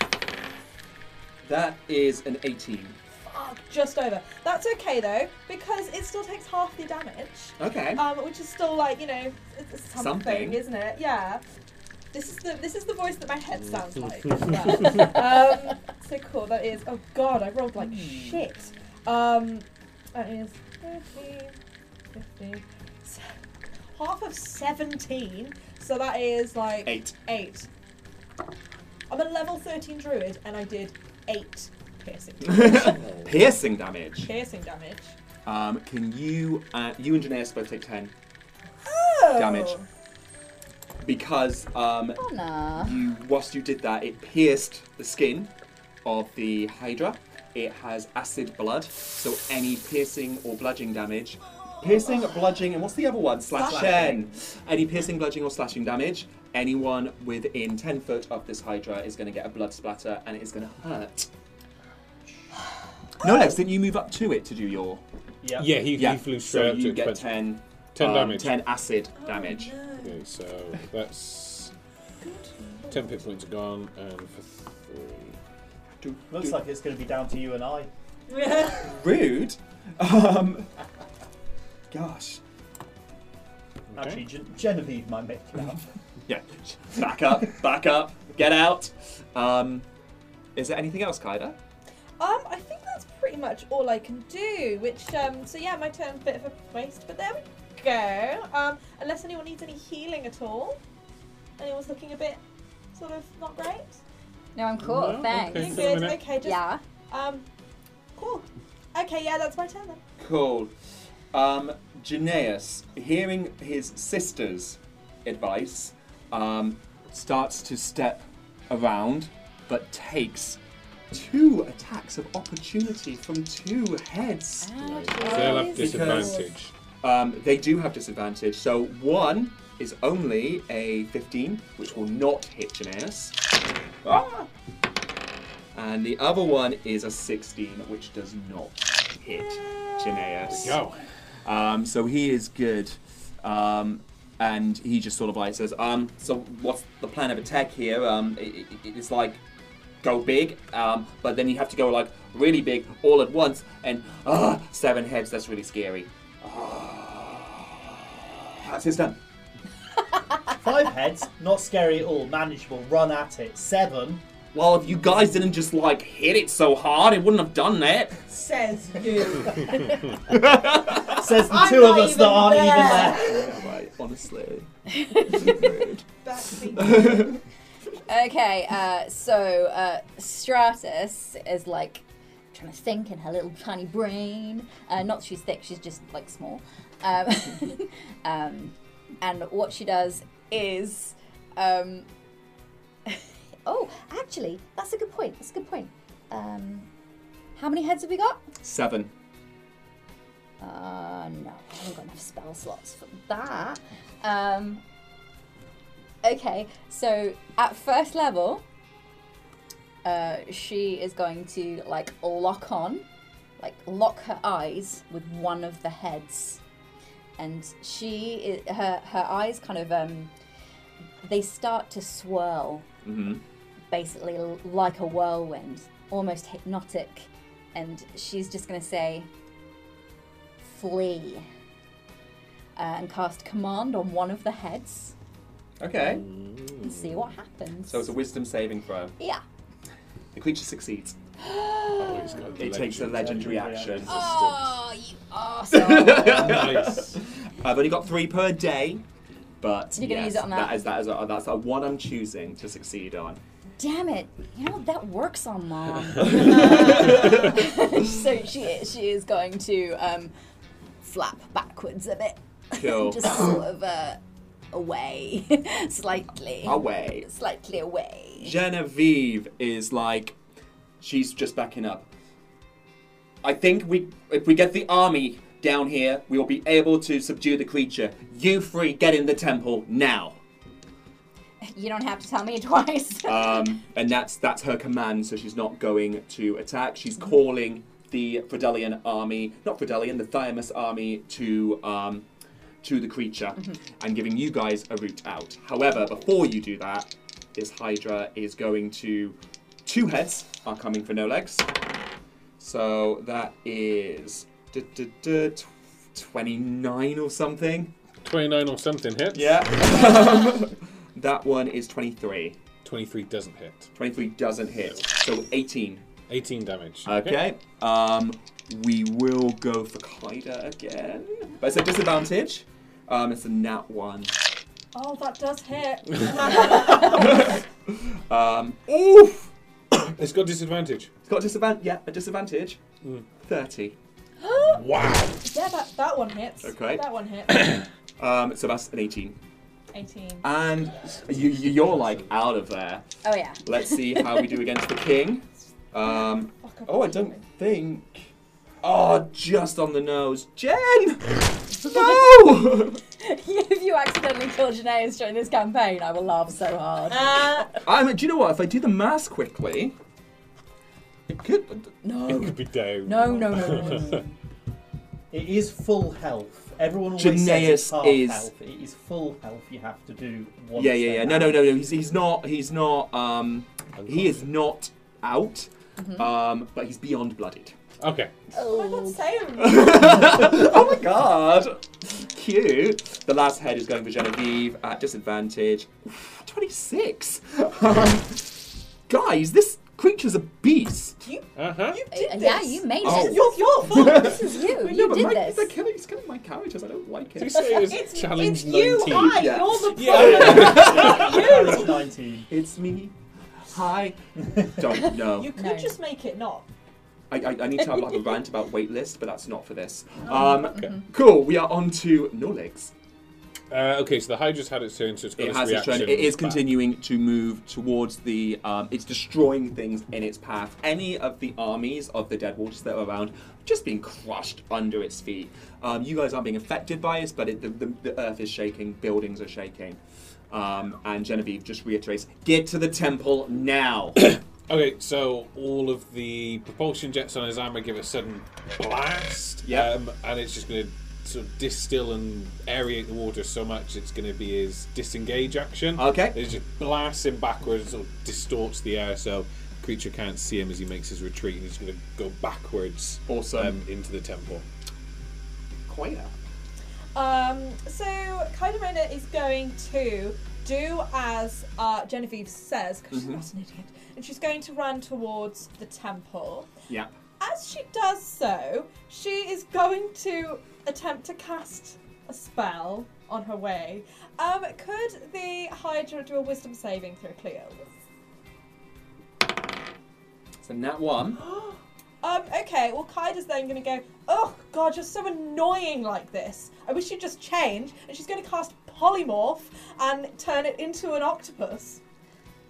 Speaker 1: That is an 18.
Speaker 5: Fuck, Oh, just over. That's okay though, because it still takes half the damage,
Speaker 1: Okay.
Speaker 5: um, which is still like you know it's- it's something,
Speaker 1: Something.
Speaker 5: isn't it? Yeah. This is the this is the voice that my head sounds like. as well. um, so cool. That is. Oh god, I rolled like shit. Um, that is 13, 15, se- half of seventeen. So that is like
Speaker 1: Eight.
Speaker 5: Eight. I'm a level thirteen druid, and I did eight piercing.
Speaker 1: Piercing damage.
Speaker 5: piercing damage.
Speaker 1: Um, can you, uh, you and Janaeus both take 10
Speaker 5: Oh.
Speaker 1: damage because um,
Speaker 6: Oh, nah.
Speaker 1: you whilst you did that it pierced the skin of the hydra it has acid blood so any piercing or bludgeoning damage piercing bludgeoning and what's the other one slashing any piercing bludgeoning or slashing damage anyone within 10 foot of this hydra is going to get a blood splatter and it is going to hurt no, Lex, didn't you move up to it to do your?
Speaker 4: Yeah.
Speaker 2: Yeah, he,
Speaker 1: Yeah,
Speaker 2: he flew
Speaker 1: so
Speaker 2: straight up to
Speaker 1: you
Speaker 2: it,
Speaker 1: get
Speaker 2: but-
Speaker 1: 10,
Speaker 2: 10
Speaker 1: um,
Speaker 2: damage.
Speaker 1: 10 acid damage.
Speaker 2: Okay, so that's
Speaker 5: Good.
Speaker 2: ten pit points are gone, and for three.
Speaker 1: Do-
Speaker 4: Looks
Speaker 1: do-
Speaker 4: like it's going to be down to you and I.
Speaker 1: rude. Um, gosh.
Speaker 4: Actually, Gen- Genevieve might make it up.
Speaker 1: Yeah. Back up. Back up. Get out. Um, is there anything else, Kaida?
Speaker 5: Um, I think that's pretty much all I can do. Which, um, so yeah, my turn's a bit of a waste, but there we go. Um, unless anyone needs any healing at all, anyone's looking a bit sort of not great.
Speaker 6: No, I'm cool.
Speaker 2: No,
Speaker 6: Thanks.
Speaker 2: okay.
Speaker 5: You
Speaker 2: for a
Speaker 5: good?
Speaker 2: minute.
Speaker 5: Okay, just
Speaker 6: Yeah.
Speaker 5: um, cool. Okay, yeah, that's my turn then.
Speaker 1: Cool. Um, Janaeus, hearing his sister's advice, um, starts to step around, but takes two attacks of opportunity from two heads.
Speaker 2: They'll have
Speaker 6: Jesus.
Speaker 2: disadvantage.
Speaker 1: Um, they do have disadvantage. So one is only a 15, which will not hit Janice. Ah! And the other one is a 16, which does not hit Janaeus.
Speaker 2: Go.
Speaker 1: Um, so he is good. Um, and he just sort of like says, um, so what's the plan of attack here? Um, it, it, it's like go big, um, but then you have to go like really big all at once. And ah, seven heads, that's really scary. Ah. that's his turn.
Speaker 4: Five heads, not scary at all, manageable, run at it. Seven,
Speaker 1: Well, if you guys didn't just like hit it so hard, it wouldn't have done that.
Speaker 3: Says you.
Speaker 4: says the
Speaker 3: I'm
Speaker 4: two of
Speaker 3: not
Speaker 4: us that
Speaker 3: even
Speaker 4: aren't
Speaker 3: there.
Speaker 4: even there.
Speaker 1: Yeah, right, honestly.
Speaker 3: Backbeat.
Speaker 6: Okay, uh, so uh, Stratus is like trying to think in her little tiny brain. Uh, not that she's thick, she's just like small. Um, um, and what she does is. Um, oh, actually, that's a good point. That's a good point. Um, how many heads have we got?
Speaker 1: Seven.
Speaker 6: Uh, no, I haven't got enough spell slots for that. Um, okay, so at first level, uh, she is going to like lock on, like lock her eyes with one of the heads, and she i- her her eyes kind of um, they start to swirl, basically l- like a whirlwind, almost hypnotic, and she's just going to say flee uh, and cast command on one of the heads
Speaker 1: Okay.
Speaker 6: and see what happens.
Speaker 1: So it's a wisdom saving throw.
Speaker 6: yeah.
Speaker 1: The creature succeeds.
Speaker 2: Oh, he's got the
Speaker 1: It takes a legendary action.
Speaker 6: Oh, you awesome.
Speaker 2: Nice.
Speaker 1: I've only got three per day, but
Speaker 6: So Oh. you're gonna
Speaker 1: yes,
Speaker 6: use it on that?
Speaker 1: is that is a, that's a one I'm choosing to succeed on.
Speaker 6: Damn it! You know that works on mom. so she she is going to um, flap backwards a bit,
Speaker 1: Cool.
Speaker 6: just sort of uh, away, slightly,
Speaker 1: Away.
Speaker 6: slightly away.
Speaker 1: Genevieve is like, she's just backing up. I think we, if we get the army down here, we will be able to subdue the creature. You three get in the temple now.
Speaker 6: You don't have to tell me twice.
Speaker 1: Um, and that's that's her command, so she's not going to attack. She's calling the Fredelian army, not Fredelian, the Thyamus army to um, to the creature, and giving you guys a route out. However, before you do that, this Hydra is going to two heads are coming for no legs. So that is du- du- du- tw- 29 or something.
Speaker 2: 29 or something hits.
Speaker 1: Yeah. that one is 23.
Speaker 2: 23 doesn't hit.
Speaker 1: 23 doesn't hit. So 18.
Speaker 2: 18 damage.
Speaker 1: Okay. Um, we will go for Kaida again. But it's a disadvantage. Um, it's a nat one.
Speaker 5: Oh, that does hit.
Speaker 1: Um, oof!
Speaker 2: It's got disadvantage.
Speaker 1: It's got a disadvantage. Yeah, a disadvantage. 30.
Speaker 2: Wow.
Speaker 5: yeah, that, that one hits.
Speaker 1: Okay.
Speaker 5: That one hits.
Speaker 1: Um, so that's an 18.
Speaker 5: 18.
Speaker 1: And you, you- you're like out of there.
Speaker 6: oh yeah.
Speaker 1: Let's see how we do against the king. Um,
Speaker 5: Fuck,
Speaker 1: oh, I don't think. Oh, just on the nose. Jen! No!
Speaker 6: if you accidentally kill Janaeus during this campaign, I will laugh so hard.
Speaker 3: Uh,
Speaker 1: I'm, do you know what? If I do the math quickly, it could.
Speaker 6: No.
Speaker 2: It could be down.
Speaker 6: No, no, no, no, Uh, no.
Speaker 4: It is full health. Everyone always says it's
Speaker 1: Janaeus
Speaker 4: half
Speaker 1: is-
Speaker 4: health. It is full health. You have to do one.
Speaker 1: Yeah, yeah,
Speaker 4: step
Speaker 1: yeah. No, no,
Speaker 4: out.
Speaker 1: no, no. He's, he's not. He's not. Um, he is not out. Um, but he's beyond blooded.
Speaker 2: Okay.
Speaker 3: why not
Speaker 6: Oh,
Speaker 3: say him?
Speaker 1: Oh my god! Cute. The last head is going for Genevieve at disadvantage. Oof, Twenty-six. Um, guys, this creature's a beast.
Speaker 3: You,
Speaker 2: Uh huh.
Speaker 3: you did this.
Speaker 6: yeah, you made
Speaker 1: Oh.
Speaker 6: it.
Speaker 3: You're your fault.
Speaker 6: This is you.
Speaker 1: No,
Speaker 6: You
Speaker 1: but
Speaker 6: did
Speaker 1: my,
Speaker 6: this.
Speaker 1: They're killing, it's killing my characters. I don't like
Speaker 2: Did you
Speaker 1: it.
Speaker 2: say it was
Speaker 3: It's,
Speaker 2: challenge
Speaker 3: it's you.
Speaker 2: 19?
Speaker 3: I.
Speaker 1: Yeah.
Speaker 3: You're the
Speaker 2: Yeah, yeah, yeah.
Speaker 4: Carries 19.
Speaker 1: It's me. Hi. Don't know.
Speaker 5: You could
Speaker 6: No.
Speaker 5: just make it not.
Speaker 1: I, I, I need to have like a rant about wait list, but that's not for this. Um, Cool. We are on to no legs.
Speaker 2: Uh, okay, so the Hydra's had its turn, so it's got
Speaker 1: It
Speaker 2: its
Speaker 1: has its
Speaker 2: reaction.
Speaker 1: turn. It is
Speaker 2: back.
Speaker 1: continuing to move towards the. Um, it's destroying things in its path. Any of the armies of the Dead Waters that are around just being crushed under its feet. Um, you guys aren't being affected by it, but it, the, the, the earth is shaking, buildings are shaking. Um, and Genevieve just reiterates get to the temple now.
Speaker 2: Okay, so all of the propulsion jets on his armor give a sudden blast,
Speaker 1: Yep.
Speaker 2: um, and it's just going to sort of distill and aerate the water so much it's going to be his disengage action.
Speaker 1: Okay.
Speaker 2: It just blasts him backwards, sort of distorts the air so the creature can't see him as he makes his retreat, and he's going to go backwards
Speaker 1: Awesome.
Speaker 2: um, into the temple.
Speaker 1: Koina.
Speaker 5: Um, so Kaidamona is going to do as uh, Genevieve says, because
Speaker 1: Mhm.
Speaker 5: she's not an idiot, and she's going to run towards the temple.
Speaker 1: Yeah.
Speaker 5: As she does so, she is going to attempt to cast a spell on her way. Um, could the Hydra do a wisdom saving through Cleo?
Speaker 1: So, that one.
Speaker 5: Um, okay, well, Kaida's then going to go, oh, God, you're so annoying like this. I wish you'd just change. And she's going to cast Polymorph and turn it into an octopus.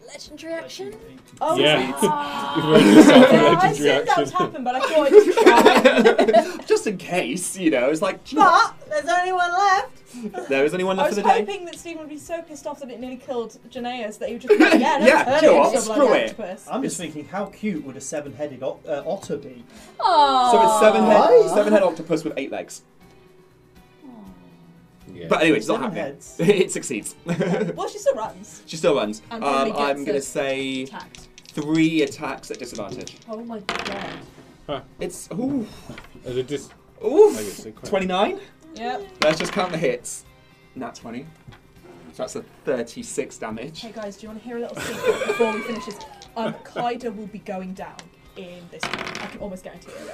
Speaker 6: Legendary action.
Speaker 5: Oh,
Speaker 2: Yeah.
Speaker 5: my-
Speaker 2: You've already yourself a
Speaker 5: yeah, I
Speaker 2: legendary
Speaker 5: assumed that would
Speaker 2: action.
Speaker 5: happen, but I thought I'd just try.
Speaker 1: just in case, you know, it's like. do you know
Speaker 5: But there's only one left.
Speaker 1: what? There is anyone
Speaker 5: I
Speaker 1: left
Speaker 5: was
Speaker 1: for the
Speaker 5: hoping
Speaker 1: day?
Speaker 5: that Stephen would be so pissed off that it nearly killed Janaeus that he would just go, yeah, let's
Speaker 1: Yeah,
Speaker 5: turn
Speaker 1: do you
Speaker 5: it
Speaker 1: know
Speaker 5: into a
Speaker 1: what?
Speaker 5: bloody
Speaker 1: Screw it."
Speaker 5: octopus.
Speaker 4: I'm just thinking, how cute would a seven-headed o- uh, otter be?
Speaker 6: Oh.
Speaker 1: So it's seven head,
Speaker 4: Aww.
Speaker 1: seven head octopus with eight legs.
Speaker 2: Yeah.
Speaker 1: But anyway, it's not
Speaker 4: Seven
Speaker 1: happening.
Speaker 4: heads.
Speaker 1: it succeeds.
Speaker 5: Well, she still runs.
Speaker 1: She still runs. Um,
Speaker 5: And probably gets
Speaker 1: I'm going to
Speaker 5: it.
Speaker 1: say
Speaker 5: Attacked.
Speaker 1: three attacks at disadvantage.
Speaker 5: Oh my god.
Speaker 1: It's ooh,
Speaker 2: Uh, the dis- I guess
Speaker 1: oof,
Speaker 2: they quite-
Speaker 1: 29.
Speaker 5: Yep.
Speaker 1: Let's just count the hits. Nat 20. So that's a 36 damage.
Speaker 5: Hey guys, do you want to hear a little secret before we finish this? Um, Kaida will be going down in this round. I can almost guarantee it.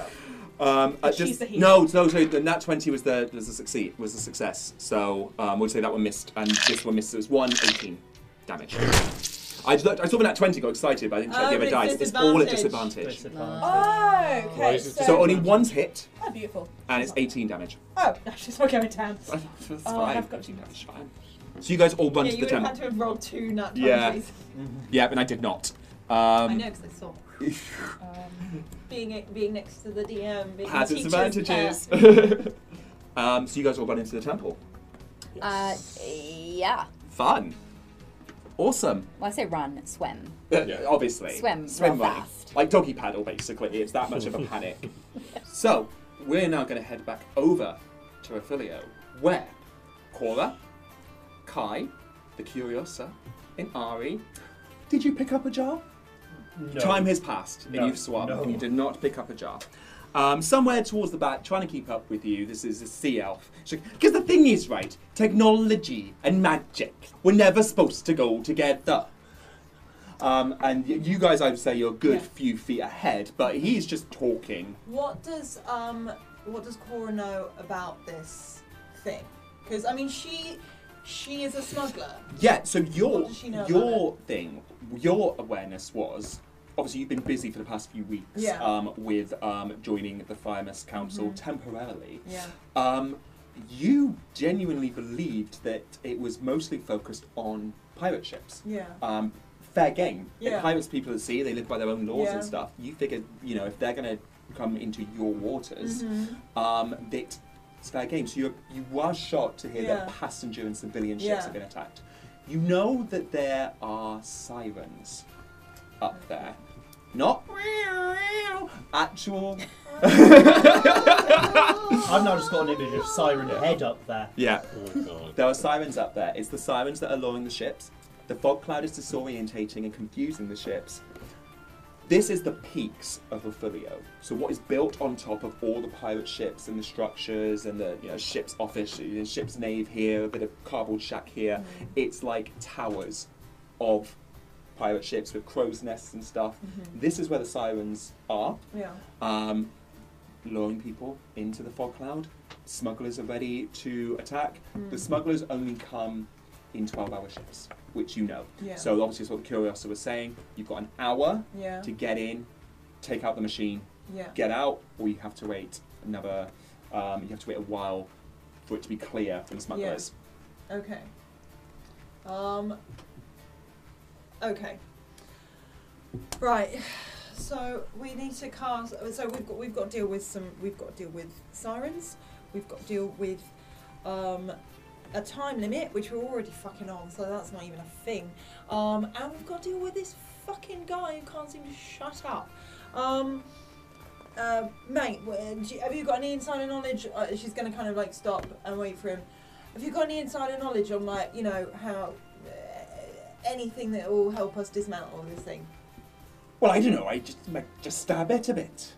Speaker 1: Um, uh,
Speaker 5: But she's
Speaker 1: just-
Speaker 5: the healer.
Speaker 1: no, no, no. The nat 20 was the was the succeed was the success. So um, we'll say that one missed, and this one missed. It was one 18 damage. I, looked- I saw the nat 20, got excited, but I didn't check
Speaker 3: Oh,
Speaker 1: the other
Speaker 3: it's
Speaker 1: dice. It's all at
Speaker 3: disadvantage.
Speaker 1: disadvantage.
Speaker 5: Oh,
Speaker 2: Why
Speaker 5: okay.
Speaker 2: is it
Speaker 5: So,
Speaker 1: So only one's hit,
Speaker 5: oh, beautiful.
Speaker 1: and it's 18 damage.
Speaker 5: Oh, no, she's not going down.
Speaker 1: That's fine.
Speaker 5: Oh, I have got you.
Speaker 1: That's fine. So you guys all run
Speaker 3: Yeah,
Speaker 1: to
Speaker 3: you
Speaker 1: the
Speaker 3: would have had
Speaker 1: temple.
Speaker 3: to have rolled two nat
Speaker 1: Yeah.
Speaker 3: 20s.
Speaker 1: Yeah, and I did not.
Speaker 3: I
Speaker 1: Um,
Speaker 3: know, because I saw.
Speaker 5: Um,
Speaker 3: Being, being next to the DM, being
Speaker 1: has
Speaker 3: the
Speaker 1: its advantages.
Speaker 3: teacher's pet.
Speaker 1: um, so you guys all run into the temple.
Speaker 6: Uh, yeah.
Speaker 1: Fun. Awesome.
Speaker 6: Well, I say run, swim.
Speaker 1: Uh,
Speaker 2: Yeah.
Speaker 1: Obviously.
Speaker 6: Swim real
Speaker 1: running.
Speaker 6: fast.
Speaker 1: Like doggy paddle, basically. It's that much of a panic. so, we're now going to head back over to Affilio, where Cora, Kai, the Curiosa, and Ari. Did you pick up a jar?
Speaker 4: No.
Speaker 1: Time has passed,
Speaker 4: No.
Speaker 1: and you've swapped,
Speaker 4: No.
Speaker 1: and you did not pick up a jar. Um, somewhere towards the back, trying to keep up with you, this is a sea elf. Because the thing is, right, technology and magic were never supposed to go together. Um, and y- you guys, I would say, you're a good
Speaker 3: Yeah.
Speaker 1: few feet ahead, but he's just talking.
Speaker 3: What does um what does Cora know about this thing? Because I mean, she she is a smuggler.
Speaker 1: Yeah, so your
Speaker 3: What does she know about
Speaker 1: your thing, your awareness was obviously you've been busy for the past few weeks
Speaker 3: Yeah. Mm-hmm.
Speaker 1: um, with um, joining the Firemus Council temporarily.
Speaker 3: Yeah.
Speaker 1: Um, you genuinely believed that it was mostly focused on pirate ships.
Speaker 3: Yeah.
Speaker 1: Um, fair game.
Speaker 3: Yeah.
Speaker 1: If pirates people at sea, they live by their own laws
Speaker 3: Yeah.
Speaker 1: and stuff. You figure, you know, if they're going to come into your waters,
Speaker 3: Mm-hmm.
Speaker 1: um, that it's fair game. So you you were shocked to hear that
Speaker 3: Yeah.
Speaker 1: passenger and civilian ships
Speaker 3: Yeah.
Speaker 1: have been attacked. You know that there are sirens up there. Not actual.
Speaker 4: I've now just got an image of Siren
Speaker 1: Yeah.
Speaker 4: Head up there.
Speaker 1: Yeah.
Speaker 2: Oh, God.
Speaker 1: There are sirens up there. It's the sirens that are lowering the ships. The fog cloud is disorientating and confusing the ships. This is the peaks of Ophilio. So what is built on top of all the pirate ships and the structures and the you know, ship's office, you know, ship's nave here, a bit of cardboard shack here. It's like towers of pirate ships with crow's nests and stuff. This is where the sirens are
Speaker 3: Yeah.
Speaker 1: um, luring people into the fog cloud. Smugglers are ready to attack.
Speaker 3: Hmm.
Speaker 1: The smugglers only come in 12 hour shifts, which you know.
Speaker 3: Yeah.
Speaker 1: So, obviously, it's what the Curiosa was saying. You've got an hour
Speaker 3: Yeah.
Speaker 1: to get in, take out the machine,
Speaker 3: Yeah.
Speaker 1: get out, or you have to wait another, um, you have to wait a while for it to be clear from smugglers.
Speaker 3: Okay. Um. Okay. Right. So we need to cast. So we've got we've got to deal with some. We've got to deal with sirens. We've got to deal with um, a time limit, which we're already fucking on. So that's not even a thing. Um, and we've got to deal with this fucking guy who can't seem to shut up. Um, uh, mate, wh- do you- have you got any insider knowledge? Uh, she's going to kind of like stop and wait for him. Have you got any insider knowledge on like you know how uh, anything that will help us dismantle this thing?
Speaker 1: Well, I don't know. I just might just stab it a bit.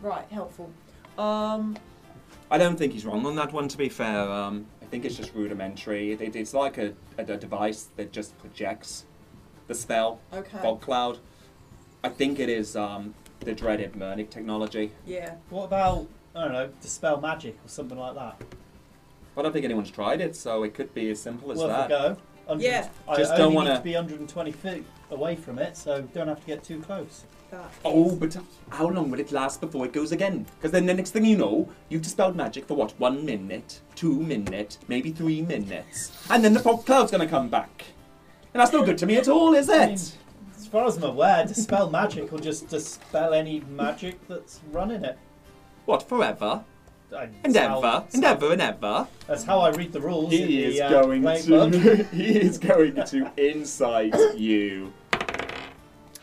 Speaker 3: Right, helpful. Um,
Speaker 1: I don't think he's wrong on that one. To be fair, um, I think it's just rudimentary. It, it- it's like a, a, a device that just projects the spell
Speaker 3: okay.
Speaker 1: fog cloud. I think it is um, the dreaded Murnic technology.
Speaker 3: Yeah.
Speaker 4: What about I don't know, dispel magic or something like that?
Speaker 1: I don't think anyone's tried it, so it could be as simple as
Speaker 4: Worth
Speaker 1: that.
Speaker 4: a go. 100
Speaker 3: Yeah.
Speaker 4: I
Speaker 1: Just
Speaker 4: Just
Speaker 1: don't
Speaker 4: don't want
Speaker 1: wanna-
Speaker 4: to be 120 feet away from it, so don't have to get too close.
Speaker 3: That.
Speaker 1: Oh, but how long will it last before it goes again? Because then the next thing you know, you've dispelled magic for what, one minute, two minute, maybe three minutes, and then the fog cloud's gonna come back, and that's no good to me at all, is
Speaker 4: I
Speaker 1: it?
Speaker 4: As far as I'm aware, dispel magic will just dispel any magic that's running it.
Speaker 1: What forever
Speaker 4: I-
Speaker 1: and
Speaker 4: that's how-
Speaker 1: ever and ever and ever?
Speaker 4: That's how I read the rules. in
Speaker 1: He
Speaker 4: the,
Speaker 1: is
Speaker 4: uh,
Speaker 1: going
Speaker 4: playbook.
Speaker 1: to. he is going to incite you.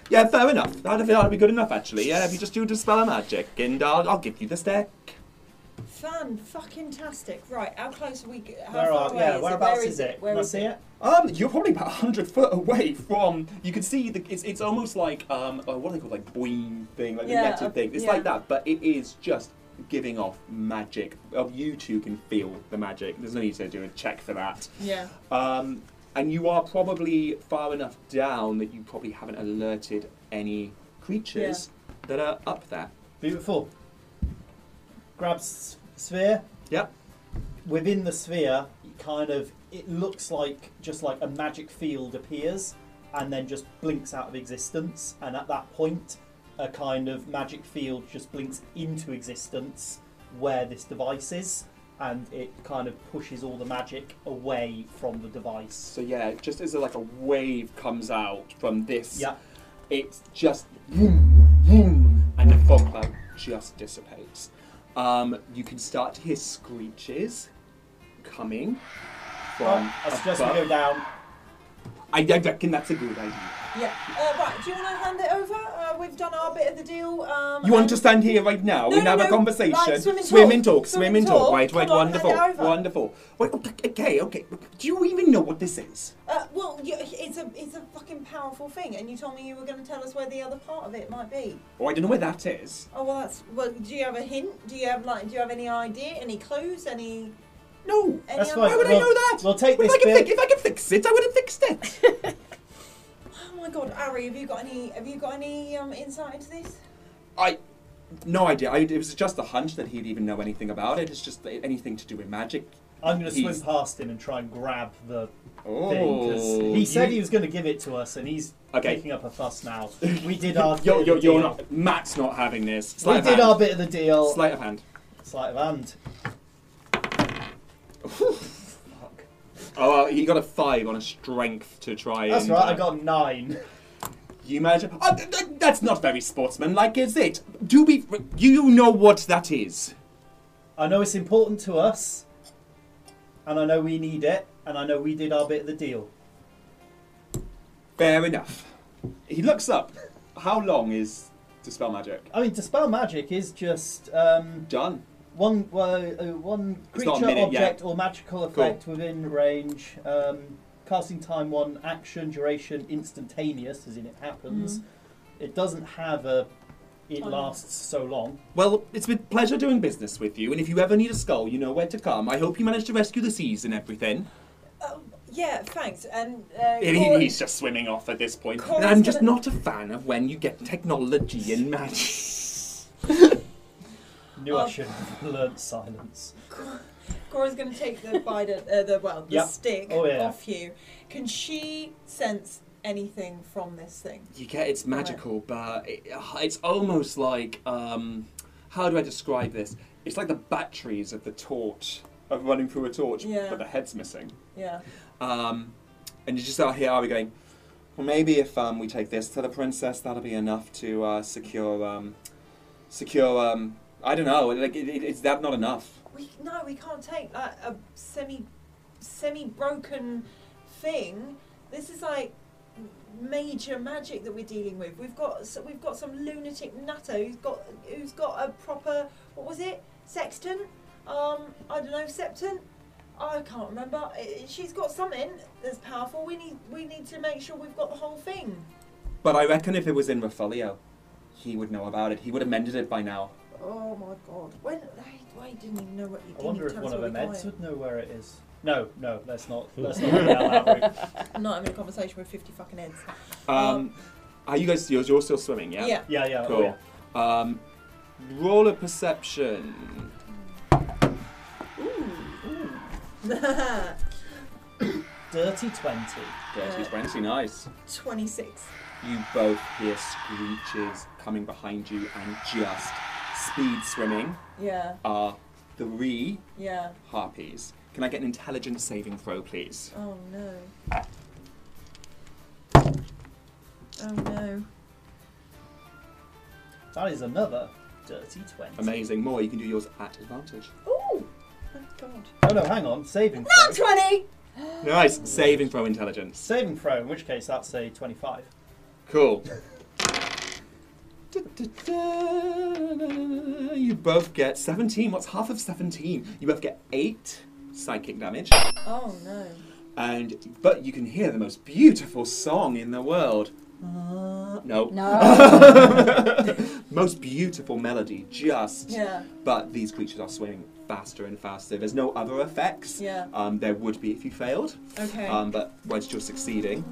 Speaker 1: Yeah, fair enough. That'd be, that'd be good enough, actually. Yeah, if you just do dispel magic, and I'll, I'll give you the stick.
Speaker 3: Fan fucking tastic. Right, how close are we? g- How
Speaker 4: Where
Speaker 3: far
Speaker 4: are,
Speaker 3: away
Speaker 4: yeah,
Speaker 3: is
Speaker 4: whereabouts
Speaker 3: Where
Speaker 4: is it?
Speaker 3: Where
Speaker 4: Can I
Speaker 3: is
Speaker 4: see it?
Speaker 1: Um, you're probably about hundred foot away from. You can see the. It's, it's almost like um, oh, what do they call it? like boing thing, like
Speaker 3: Yeah,
Speaker 1: the netted
Speaker 3: a-
Speaker 1: thing. It's
Speaker 3: yeah.
Speaker 1: like that, but it is just giving off magic. Oh, you two can feel the magic. There's no need to do a check for that.
Speaker 3: Yeah.
Speaker 1: Um, and you are probably far enough down that you probably haven't alerted any creatures that are up there.
Speaker 4: Beautiful. Grabs sphere.
Speaker 1: Yep.
Speaker 4: Within the sphere, it kind of it looks like just like a magic field appears and then just blinks out of existence. And at that point, a kind of magic field just blinks into existence where this device is, and it kind of pushes all the magic away from the device.
Speaker 1: So yeah, just as a, like a wave comes out from this,
Speaker 4: Yeah.
Speaker 1: it's just boom, boom, and the fog cloud just dissipates. Um, you can start to hear screeches coming from
Speaker 4: Um, I suggest we
Speaker 1: above.
Speaker 4: go down.
Speaker 1: I, I reckon that's a good idea.
Speaker 3: Yeah. Uh, right. Do you want to hand it over? Uh, we've done our bit of the deal. Um,
Speaker 1: You want
Speaker 3: and-
Speaker 1: to stand here right now
Speaker 3: No,
Speaker 1: and
Speaker 3: no,
Speaker 1: have
Speaker 3: no,
Speaker 1: a conversation?
Speaker 3: like, swim and
Speaker 1: swim
Speaker 3: talk,
Speaker 1: and talk,
Speaker 3: swim
Speaker 1: swim
Speaker 3: and
Speaker 1: and talk.
Speaker 3: talk.
Speaker 1: Right, right,
Speaker 3: Come on, hand it
Speaker 1: wonderful,
Speaker 3: over.
Speaker 1: wonderful. Wait, okay, okay, okay. Do you even know what this is?
Speaker 3: Uh, well, you, it's a it's a fucking powerful thing, and you told me you were going to tell us where the other part of it might be.
Speaker 1: Oh, I don't know where that is.
Speaker 3: Oh well, that's well. Do you have a hint? Do you have like? Do you have any idea? Any clues? Any?
Speaker 1: No.
Speaker 3: any
Speaker 4: That's
Speaker 3: other-
Speaker 1: Why
Speaker 4: fine.
Speaker 1: would I
Speaker 4: Well,
Speaker 1: know that?
Speaker 4: We'll take
Speaker 1: But if
Speaker 4: this
Speaker 1: I could
Speaker 4: bit.
Speaker 1: fix, if I could fix it, I would have fixed it.
Speaker 3: Oh my god, Ari, have you got any? Have you got any um, insight into this?
Speaker 1: I, no idea. I, it was just a hunch that he'd even know anything about it. It's just that anything to do with magic.
Speaker 4: I'm going to swim
Speaker 1: He's-
Speaker 4: past him and try and grab the thing because
Speaker 1: Oh,
Speaker 4: he said
Speaker 1: you-
Speaker 4: he was going to give it to us, and he's
Speaker 1: Okay.
Speaker 4: making up a fuss now. We did our bit
Speaker 1: You're,
Speaker 4: of
Speaker 1: you're,
Speaker 4: the
Speaker 1: you're
Speaker 4: deal.
Speaker 1: not. Matt's not having this.
Speaker 4: We
Speaker 1: Sleight of
Speaker 4: did
Speaker 1: hand.
Speaker 4: our bit of the deal.
Speaker 1: Sleight of hand.
Speaker 4: Sleight of hand.
Speaker 1: Oh, well, he got a five on a strength to try.
Speaker 4: That's
Speaker 1: and,
Speaker 4: right.
Speaker 1: uh,
Speaker 4: I got nine.
Speaker 1: You manage. Oh, th- th- that's not very sportsmanlike, is it? Do we? You know what that is?
Speaker 4: I know it's important to us, and I know we need it, and I know we did our bit of the deal.
Speaker 1: Fair enough. He looks up. How long is dispel magic?
Speaker 4: I mean, dispel magic is just um,
Speaker 1: Done.
Speaker 4: one well, uh, one
Speaker 1: It's
Speaker 4: creature,
Speaker 1: not a minute, yeah.
Speaker 4: object, or magical effect within range. Um, casting time one action duration instantaneous, as in it happens. It doesn't have a. It
Speaker 3: Time.
Speaker 4: lasts so long.
Speaker 1: Well, it's been pleasure doing business with you, and if you ever need a skull, you know where to come. I hope you managed to rescue the seas and everything.
Speaker 3: Oh, yeah, thanks. And uh,
Speaker 1: And he-
Speaker 3: Cor-
Speaker 1: he's just swimming off at this point.
Speaker 3: Corey's
Speaker 1: And I'm just
Speaker 3: gonna-
Speaker 1: not a fan of when you get technology and magic.
Speaker 4: Knew
Speaker 3: Oh.
Speaker 4: I should have learnt silence.
Speaker 3: Cora's going to take the bite of- uh, the well the
Speaker 4: Yep.
Speaker 3: stick
Speaker 4: Oh, yeah.
Speaker 3: off you. Can she sense anything from this thing?
Speaker 1: You get it's magical, but it, it's almost like um, how do I describe this? It's like the batteries of the torch of running through a torch,
Speaker 3: Yeah.
Speaker 1: but the head's missing.
Speaker 3: Yeah.
Speaker 1: Um, and you just out here are we going, well, maybe if um, we take this to the princess, that'll be enough to uh, secure, um, secure, um, I don't know, like, it, it, is that not enough?
Speaker 3: We no, we can't take like a semi, semi broken thing. This is like major magic that we're dealing with. We've got so we've got some lunatic nutter who's got who's got a proper what was it sexton? Um, I don't know septon. I can't remember. I- I- She's got something that's powerful. We need we need to make sure we've got the whole thing.
Speaker 1: But I reckon if it was in Raphaelio, he would know about it. He would have mended it by now.
Speaker 3: Oh my god! When they, they didn't even know what you
Speaker 4: I
Speaker 3: did.
Speaker 4: wonder if one of them
Speaker 3: meds
Speaker 4: Eds would know where it is. No, no, let's not. Let's not go down that route.
Speaker 3: I'm not having a conversation with fifty fucking heads.
Speaker 1: Um, are you guys, you're, you're still swimming, yeah?
Speaker 3: yeah.
Speaker 4: Yeah, yeah. oh,
Speaker 1: Cool.
Speaker 4: yeah.
Speaker 1: Um, roll a perception.
Speaker 4: Dirty twenty.
Speaker 1: Dirty 20, nice.
Speaker 3: 26.
Speaker 1: You both hear screeches coming behind you and just speed swimming
Speaker 3: Yeah,
Speaker 1: are three
Speaker 3: yeah.
Speaker 1: harpies. Can I get an intelligence saving throw, please?
Speaker 3: Oh no. Oh no.
Speaker 4: That is another dirty twenty.
Speaker 1: Amazing. More, you can do yours at advantage.
Speaker 3: Ooh! Oh god.
Speaker 4: Oh no, hang on. Saving
Speaker 3: Not
Speaker 4: throw.
Speaker 3: 20!
Speaker 1: Nice. Saving throw intelligence.
Speaker 4: Saving throw. In which case, that's a twenty-five.
Speaker 1: Cool. Du-du-du-du-du-du. You both get 17. What's half of 17? You both get 8 psychic damage.
Speaker 3: Oh no.
Speaker 1: And but you can hear the most beautiful song in the world. Uh, no.
Speaker 6: No.
Speaker 1: most beautiful melody, just.
Speaker 3: Yeah,
Speaker 1: But these creatures are swimming faster and faster. There's no other effects.
Speaker 3: yeah.
Speaker 1: Um, there would be if you failed,
Speaker 3: Okay.
Speaker 1: um, but once you're succeeding,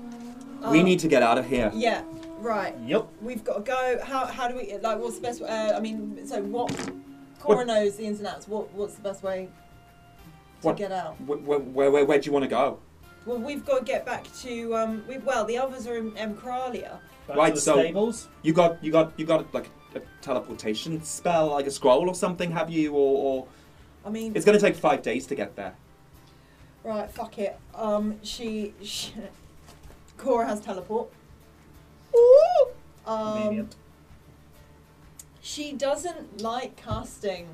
Speaker 3: Oh,
Speaker 1: we need to get out of here.
Speaker 3: Yeah, right.
Speaker 4: Yup.
Speaker 3: We've got to go. How, how do we. Like, what's the best. Uh, I mean, so what. Cora knows the ins and outs. What, what's the best way to
Speaker 1: What-
Speaker 3: get out?
Speaker 1: Wh- wh- Where, where, where do you want to go?
Speaker 3: Well, we've got to get back to. um. We, well, the others are in um, Emkralia.
Speaker 4: Back
Speaker 1: Right,
Speaker 4: to the
Speaker 1: so-
Speaker 4: stables.
Speaker 1: You got, you got, you got like a teleportation spell, like a scroll or something, have you? Or, or
Speaker 3: I mean.
Speaker 1: it's going to take five days to get there.
Speaker 3: Right, fuck it. Um, she, she Cora has teleport. Ooh. Um,
Speaker 4: Convenient.
Speaker 3: she doesn't like casting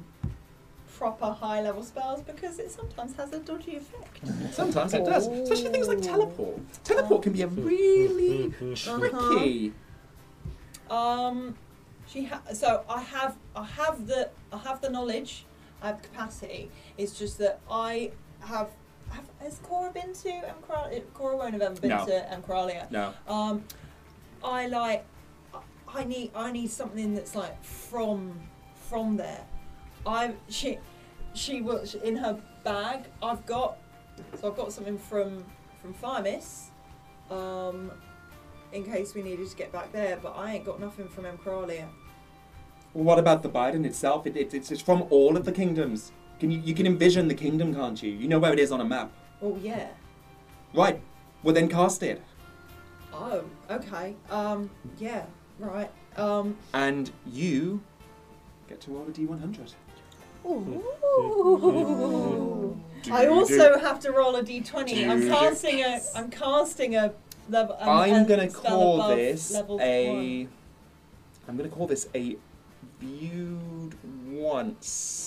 Speaker 3: proper high level spells because it sometimes has a dodgy effect.
Speaker 1: Sometimes it does, especially things like teleport. Teleport can be a really
Speaker 3: Uh-huh.
Speaker 1: tricky.
Speaker 3: Um, she ha- so I have I have the I have the knowledge, I have the capacity. It's just that I have. have has Cora been to Emcoralia? Cora won't have ever been
Speaker 1: No.
Speaker 3: to Emcoralia.
Speaker 1: No.
Speaker 3: Um, I like. I need. I need something that's like from from there. I she she was in her bag. I've got so I've got something from from Farmis, um, in case we needed to get back there. But I ain't got nothing from Emkralia.
Speaker 1: Well, what about the Biden itself? It, it, it's, it's from all of the kingdoms. Can you, you can envision the kingdom, can't you? You know where it is on a map.
Speaker 3: Oh yeah.
Speaker 1: Right. Well, then cast it.
Speaker 3: Oh okay. Um yeah. Right. Um
Speaker 1: And you get to roll a d100. Hmm,
Speaker 6: Ooh.
Speaker 3: I also have to roll a d20. I'm casting a. I'm casting a. Level, um,
Speaker 1: I'm
Speaker 3: a
Speaker 1: going to
Speaker 3: spell
Speaker 1: call
Speaker 3: above
Speaker 1: this
Speaker 3: level one.
Speaker 1: a. am going to call this a viewed once.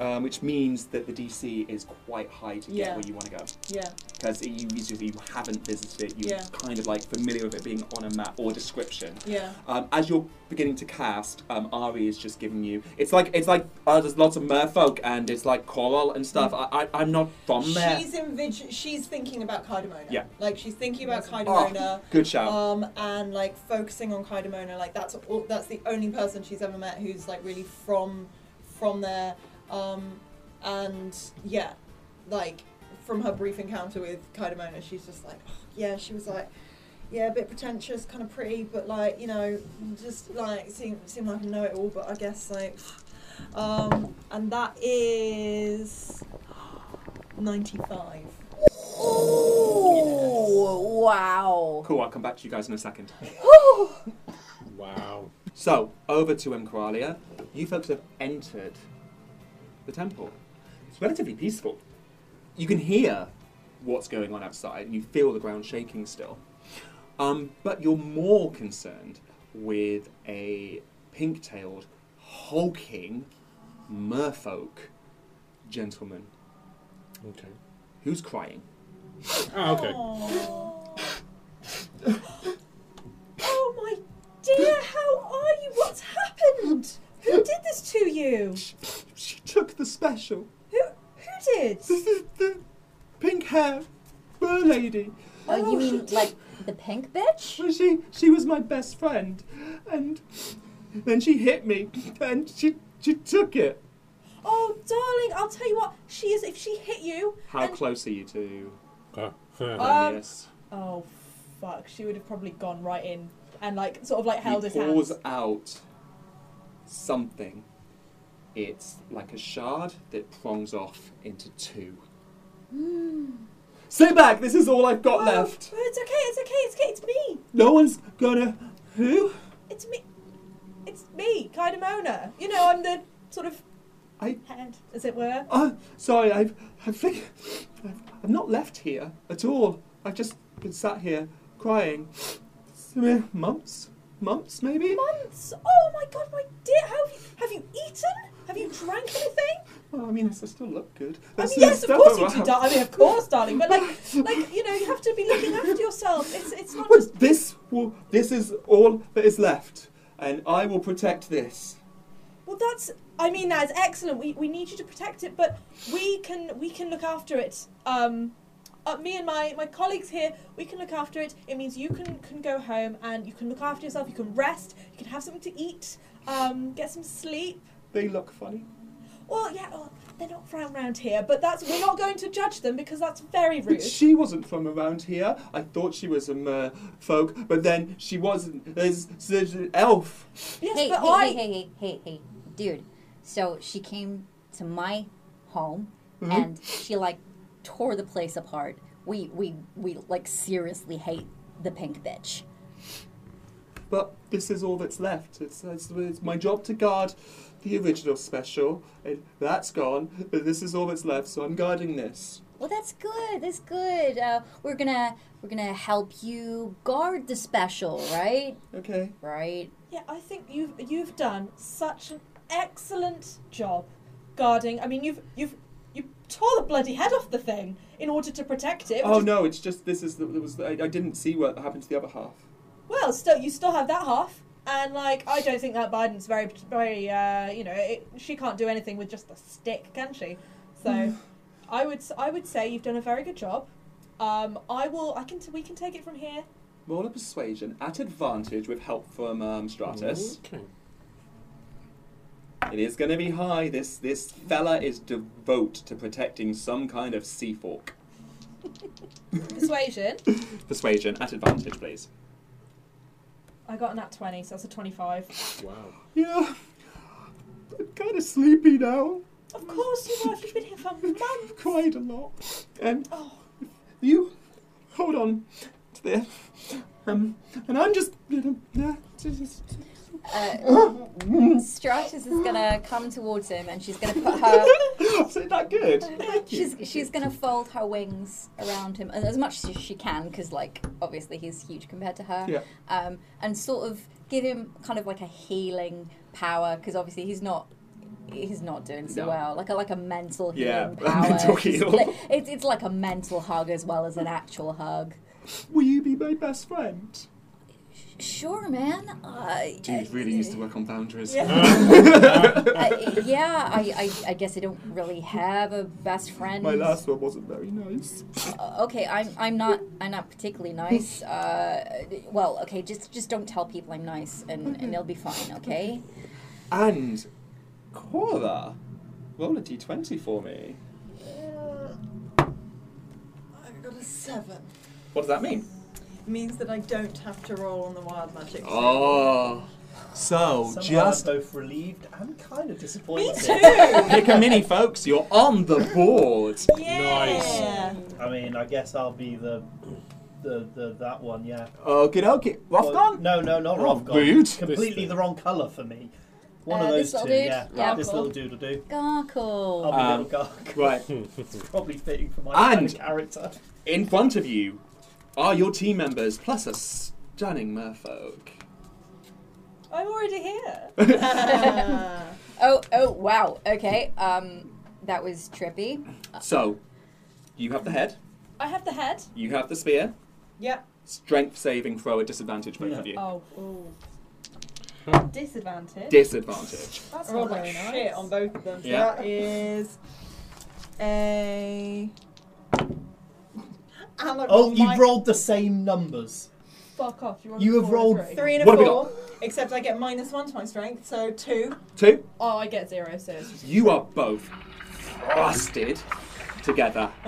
Speaker 1: Um, which means that the DC is quite high to
Speaker 3: Yeah.
Speaker 1: get where you want to go.
Speaker 3: Yeah.
Speaker 1: Because you, usually you haven't visited it, you're
Speaker 3: Yeah.
Speaker 1: kind of like familiar with it being on a map or description.
Speaker 3: Yeah.
Speaker 1: Um, as you're beginning to cast, um, Ari is just giving you. It's like it's like uh, there's lots of merfolk and it's like coral and stuff.
Speaker 3: Mm.
Speaker 1: I, I I'm not from there.
Speaker 3: She's envis- She's thinking about Cardamona.
Speaker 1: Yeah.
Speaker 3: Like she's thinking about
Speaker 1: Oh,
Speaker 3: Cardamona.
Speaker 1: good shout.
Speaker 3: Um, and like focusing on Cardamona. Like that's all, that's the only person she's ever met who's like really from from there. Um, and yeah, like from her brief encounter with Cardamona, she's just like, oh, yeah, she was like. Yeah, a bit pretentious, kind of pretty, but like you know, just like seem seem like I know it all. But I guess like, um, and that is 95.
Speaker 6: Ooh, wow.
Speaker 1: cool. I'll come back to you guys in a second.
Speaker 2: Wow.
Speaker 1: So over to Mkoralia. You folks have entered the temple. It's relatively peaceful. You can hear what's going on outside, and you feel the ground shaking still. Um, but you're more concerned with a pink tailed, hulking merfolk gentleman
Speaker 2: Okay.
Speaker 1: who's crying.
Speaker 2: Ah, okay.
Speaker 3: Aw.
Speaker 5: Oh my dear, how are you? What's happened? Who did this to you?
Speaker 1: She took the special.
Speaker 5: Who who did?
Speaker 1: This is the pink hair fur lady.
Speaker 6: Oh, you mean like the pink bitch?
Speaker 1: Well, she she was my best friend, and then she hit me, and she she took it.
Speaker 5: Oh darling, I'll tell you what, she is if she hit you
Speaker 1: How
Speaker 5: and-
Speaker 1: close are you to
Speaker 2: Ah.
Speaker 3: Um,
Speaker 1: Bernius?
Speaker 5: Oh fuck, she would have probably gone right in and like sort of like
Speaker 1: he
Speaker 5: held his
Speaker 1: pours
Speaker 5: hands.
Speaker 1: out something. It's like a shard that prongs off into two.
Speaker 5: Hmm.
Speaker 1: Stay back! This is all I've got
Speaker 5: Oh,
Speaker 1: left.
Speaker 5: It's okay, it's okay, it's okay, it's me.
Speaker 1: No one's gonna. Who?
Speaker 5: It's me. It's me, Kaidamona. You know, I'm the sort of
Speaker 1: I-
Speaker 5: head, as it were.
Speaker 1: Oh, sorry. I've I think I've, I've not left here at all. I've just been sat here crying. Months, months maybe.
Speaker 5: Months. Oh my god, my dear, how have you, have you eaten? Have you drank anything?
Speaker 1: Well, I mean, I s- I still look good.
Speaker 5: I
Speaker 1: There's
Speaker 5: mean,
Speaker 1: some
Speaker 5: yes, of
Speaker 1: stuff
Speaker 5: course you do,
Speaker 1: around.
Speaker 5: dar- I mean, of course, darling. But like, like you know, you have to be looking after yourself. It's it's not
Speaker 1: Well,
Speaker 5: just.
Speaker 1: this will, this is all that is left, and I will protect this.
Speaker 5: Well, that's. I mean, that's excellent. We, we need you to protect it, but we can we can look after it. Um, uh, me and my, my colleagues here, we can look after it. It means you can can go home and you can look after yourself. You can rest. You can have something to eat. Um, get some sleep.
Speaker 1: They look funny.
Speaker 5: Well, yeah, well, they're not from around here, but that's we're not going to judge them because that's very rude.
Speaker 1: But she wasn't from around here. I thought she was a mer folk, but then she wasn't. There's, there's an elf.
Speaker 5: yes,
Speaker 6: hey,
Speaker 5: but
Speaker 6: hey,
Speaker 5: I.
Speaker 6: hey, hey, hey, hey, hey, dude. So she came to my home
Speaker 1: Mhm.
Speaker 6: and she like tore the place apart. We we we like seriously hate the pink bitch.
Speaker 1: But this is all that's left. It's, it's, it's my job to guard the original special, and that's gone. But this is all that's left, so I'm guarding this.
Speaker 6: Well, that's good. That's good. Uh, we're gonna we're gonna help you guard the special, right?
Speaker 1: Okay.
Speaker 6: Right.
Speaker 5: Yeah, I think you've you've done such an excellent job guarding. I mean, you've you've you tore the bloody head off the thing in order to protect it. which
Speaker 1: Oh
Speaker 5: is-
Speaker 1: no! It's just this is the, it was I, I didn't see what happened to the other half.
Speaker 5: Well, still you still have that half, and like I don't think that Biden's very very uh, you know it, she can't do anything with just a stick, can she?
Speaker 1: Mm.
Speaker 5: So, I would s- I would say you've done a very good job. Um, I will. I can. T- we can take it from here.
Speaker 1: Roll a persuasion at advantage with help from um, Stratus.
Speaker 2: Okay.
Speaker 1: It is going to be high. This this fella is devote to protecting some kind of sea fork.
Speaker 5: Persuasion.
Speaker 1: Persuasion at advantage, please.
Speaker 5: I got an at twenty, so that's a twenty-five.
Speaker 2: Wow.
Speaker 1: Yeah, I'm kind of sleepy now.
Speaker 5: Of course you have. You've been here for months.
Speaker 1: cried a lot, and
Speaker 5: Oh.
Speaker 1: you hold on to there. Um, and I'm just gonna. yeah, just- just-
Speaker 6: Uh, Stratus is gonna come towards him and she's gonna put her
Speaker 1: Is it that good? Thank you.
Speaker 6: she's she's gonna fold her wings around him as as much as she can because like obviously he's huge compared to her
Speaker 1: Yeah.
Speaker 6: um, and sort of give him kind of like a healing power because obviously he's not he's not doing so
Speaker 1: No.
Speaker 6: well like a like a mental
Speaker 1: Yeah,
Speaker 6: healing
Speaker 1: a
Speaker 6: power
Speaker 1: mental
Speaker 6: Just
Speaker 1: heal.
Speaker 6: like- it's, it's like a mental hug as well as an actual hug
Speaker 1: Will you be my best friend?
Speaker 6: sure man uh,
Speaker 1: Dude really used to work on boundaries.
Speaker 6: uh, yeah I, I, I guess I don't really have a best friend
Speaker 1: My last one wasn't very nice.
Speaker 6: Uh, okay, I'm I'm not I'm not particularly nice. Uh, well, okay, just just don't tell people I'm nice, and, and they'll be fine. Okay.
Speaker 1: And Cora, roll a d20 for me.
Speaker 3: I got a seven.
Speaker 1: What does that mean?
Speaker 3: Means that I don't have to roll on the wild magic.
Speaker 1: Oh, so
Speaker 4: Somehow I'm
Speaker 1: just
Speaker 4: both relieved and kind of
Speaker 5: Me
Speaker 4: disappointed.
Speaker 5: too.
Speaker 1: pick a mini, folks. You're on the board.
Speaker 5: Yeah.
Speaker 4: I mean, I guess I'll be the the, the that one, yeah.
Speaker 1: Okay, okay. Rothgon.
Speaker 4: Well, No, no, not
Speaker 1: Oh,
Speaker 4: Rothgon.
Speaker 1: rude.
Speaker 4: Completely
Speaker 2: This
Speaker 4: the wrong colour for me. One
Speaker 6: Uh,
Speaker 4: of
Speaker 6: this
Speaker 4: those
Speaker 6: little
Speaker 4: two.
Speaker 6: dude?
Speaker 4: Yeah,
Speaker 6: Yeah,
Speaker 4: this
Speaker 6: cool.
Speaker 4: little dude will do. I'll
Speaker 6: Gargle.
Speaker 4: be
Speaker 1: Um,
Speaker 4: little Garg.
Speaker 1: Right.
Speaker 4: It's probably fitting for my kind
Speaker 1: And-
Speaker 4: of character.
Speaker 1: In front of you are your team members plus a stunning merfolk.
Speaker 5: I'm already here.
Speaker 3: Ah.
Speaker 6: Oh, oh, wow. Okay. Um, that was trippy.
Speaker 1: So, you have the head,
Speaker 5: I have the head.
Speaker 1: you have the spear.
Speaker 3: Yep.
Speaker 1: Strength saving throw at disadvantage, both of you.
Speaker 5: Oh, ooh. disadvantage.
Speaker 1: Disadvantage.
Speaker 3: That's not
Speaker 5: I rolled
Speaker 3: very
Speaker 5: Oh, like
Speaker 3: nice.
Speaker 5: shit on
Speaker 3: both of them.
Speaker 1: So Yeah.
Speaker 3: That is a. And I
Speaker 4: Oh, you
Speaker 3: my-
Speaker 4: rolled the same numbers.
Speaker 5: Fuck off. You,
Speaker 4: You have rolled
Speaker 3: three and a
Speaker 1: What have we
Speaker 3: four. Except I get minus one to my strength, so two.
Speaker 1: Two,
Speaker 5: Oh, I get zero, so it's just
Speaker 1: you are both thrusted together.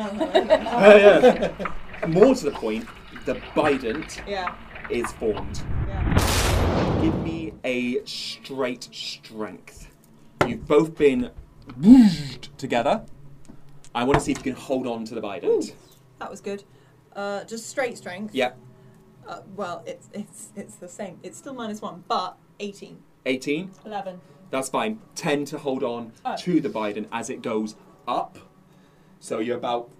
Speaker 3: Uh-huh.
Speaker 1: More to the point, the bident
Speaker 3: yeah.
Speaker 1: is formed.
Speaker 3: Yeah.
Speaker 1: Give me a straight strength. You've both been whooshed together. I want to see if you can hold on to the bident.
Speaker 3: That was good. Uh, just straight strength.
Speaker 1: Yeah,
Speaker 3: Uh, well, it's it's it's the same. It's still minus one, but eighteen.
Speaker 1: 18.
Speaker 5: 11.
Speaker 1: That's fine. 10 to hold on
Speaker 5: Oh.
Speaker 1: to the Biden as it goes up. So you're about,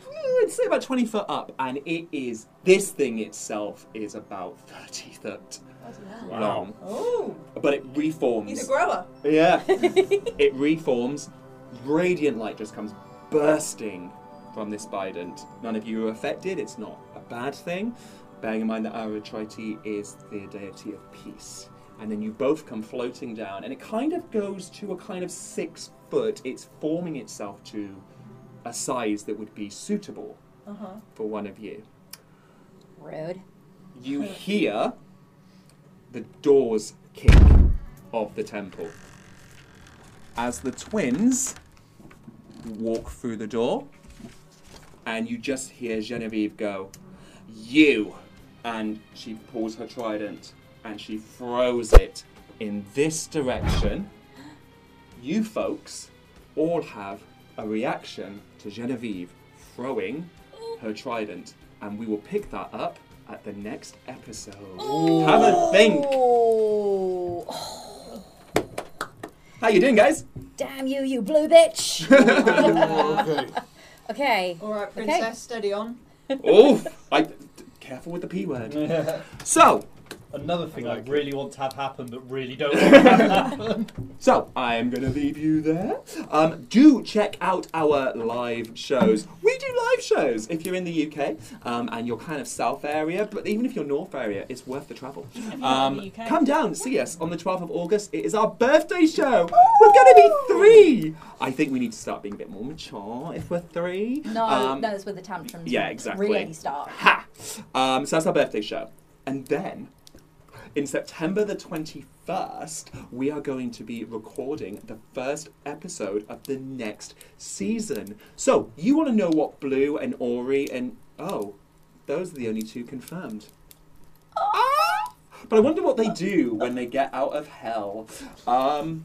Speaker 1: mm, I'd say about 20 foot up, and it is, this thing itself is about 30 foot
Speaker 2: Wow.
Speaker 1: long.
Speaker 3: Oh,
Speaker 1: But it
Speaker 3: he's a
Speaker 1: reforms.
Speaker 3: grower.
Speaker 1: yeah. it reforms. Radiant light just comes bursting from this Bident. None of you are affected. It's not a bad thing. Bearing in mind that Aratrite is the deity of peace. And then you both come floating down, and it kind of goes to a kind of six foot. It's forming itself to a size that would be suitable
Speaker 3: Uh huh.
Speaker 1: for one of you.
Speaker 6: Rude.
Speaker 1: You hear the doors kick of the temple as the twins walk through the door, and you just hear Genevieve go, "You," and she pulls her trident and she throws it in this direction. You folks all have a reaction to Genevieve throwing her trident, and we will pick that up at the next episode. Have a think.
Speaker 6: Oh,
Speaker 1: How you doing, guys?
Speaker 6: damn you, you blue bitch.
Speaker 7: okay.
Speaker 6: okay.
Speaker 3: All right, princess, steady on.
Speaker 1: Oof! I, careful with the p word. So,
Speaker 4: Another thing I,
Speaker 2: like it.
Speaker 4: really want to have happen, but really don't want to have happen.
Speaker 1: so I'm gonna leave you there. Um, do check out our live shows. We do live shows if you're in the UK um, and your kind of south area, but even if you're north area, it's worth the travel.
Speaker 5: in the
Speaker 1: Um,
Speaker 5: UK.
Speaker 1: come down, see us on the 12th of August. It is our birthday show. We're gonna be three. I think we need to start being a bit more mature if we're three.
Speaker 6: No,
Speaker 1: Um,
Speaker 6: no, it's with the tantrums.
Speaker 1: yeah, exactly.
Speaker 6: Really start.
Speaker 1: Ha! Um, so that's our birthday show. And then, in September the 21st, we are going to be recording the first episode of the next season. So, you want to know what Blue and Ori and. Oh, those are the only two confirmed. Ah! But I wonder what they do when they get out of hell. Um,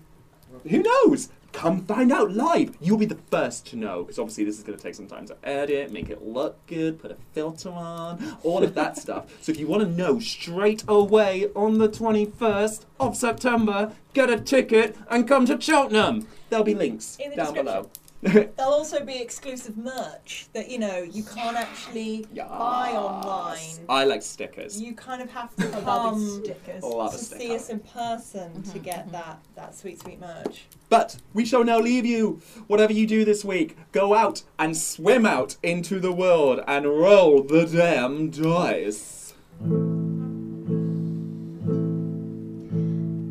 Speaker 1: who knows? Come find out live. You'll be the first to know because obviously this is going to take some time to edit, make it look good, put a filter on, all of that stuff. So if you want to know straight away on the 21st of September, get a ticket and come to Cheltenham. There'll be links
Speaker 5: In the
Speaker 1: down below.
Speaker 3: There'll also be exclusive merch that you know you can't actually buy
Speaker 1: Yes.
Speaker 3: online.
Speaker 1: I like stickers.
Speaker 3: You kind of have to
Speaker 5: Um,
Speaker 3: come
Speaker 5: stickers.
Speaker 1: Love
Speaker 3: to
Speaker 1: a
Speaker 3: see
Speaker 1: sticker.
Speaker 3: us in person to get that that sweet sweet merch.
Speaker 1: But we shall now leave you. Whatever you do this week, go out and swim out into the world and roll the damn dice.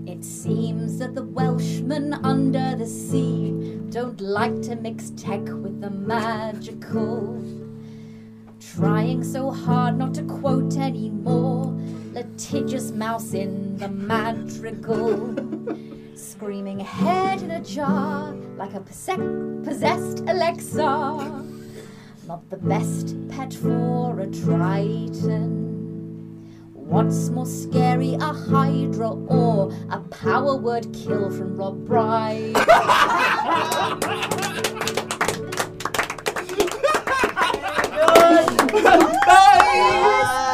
Speaker 6: It seems that the Welshmen under the sea don't like to mix tech with the magical. Trying so hard not to quote anymore, litigious mouse in the madrigal. Screaming head in a jar like a possec- possessed Alexa. Not the best pet for a triton. What's more scary, a Hydra or a power word kill from Rob Brydon?
Speaker 1: Bye!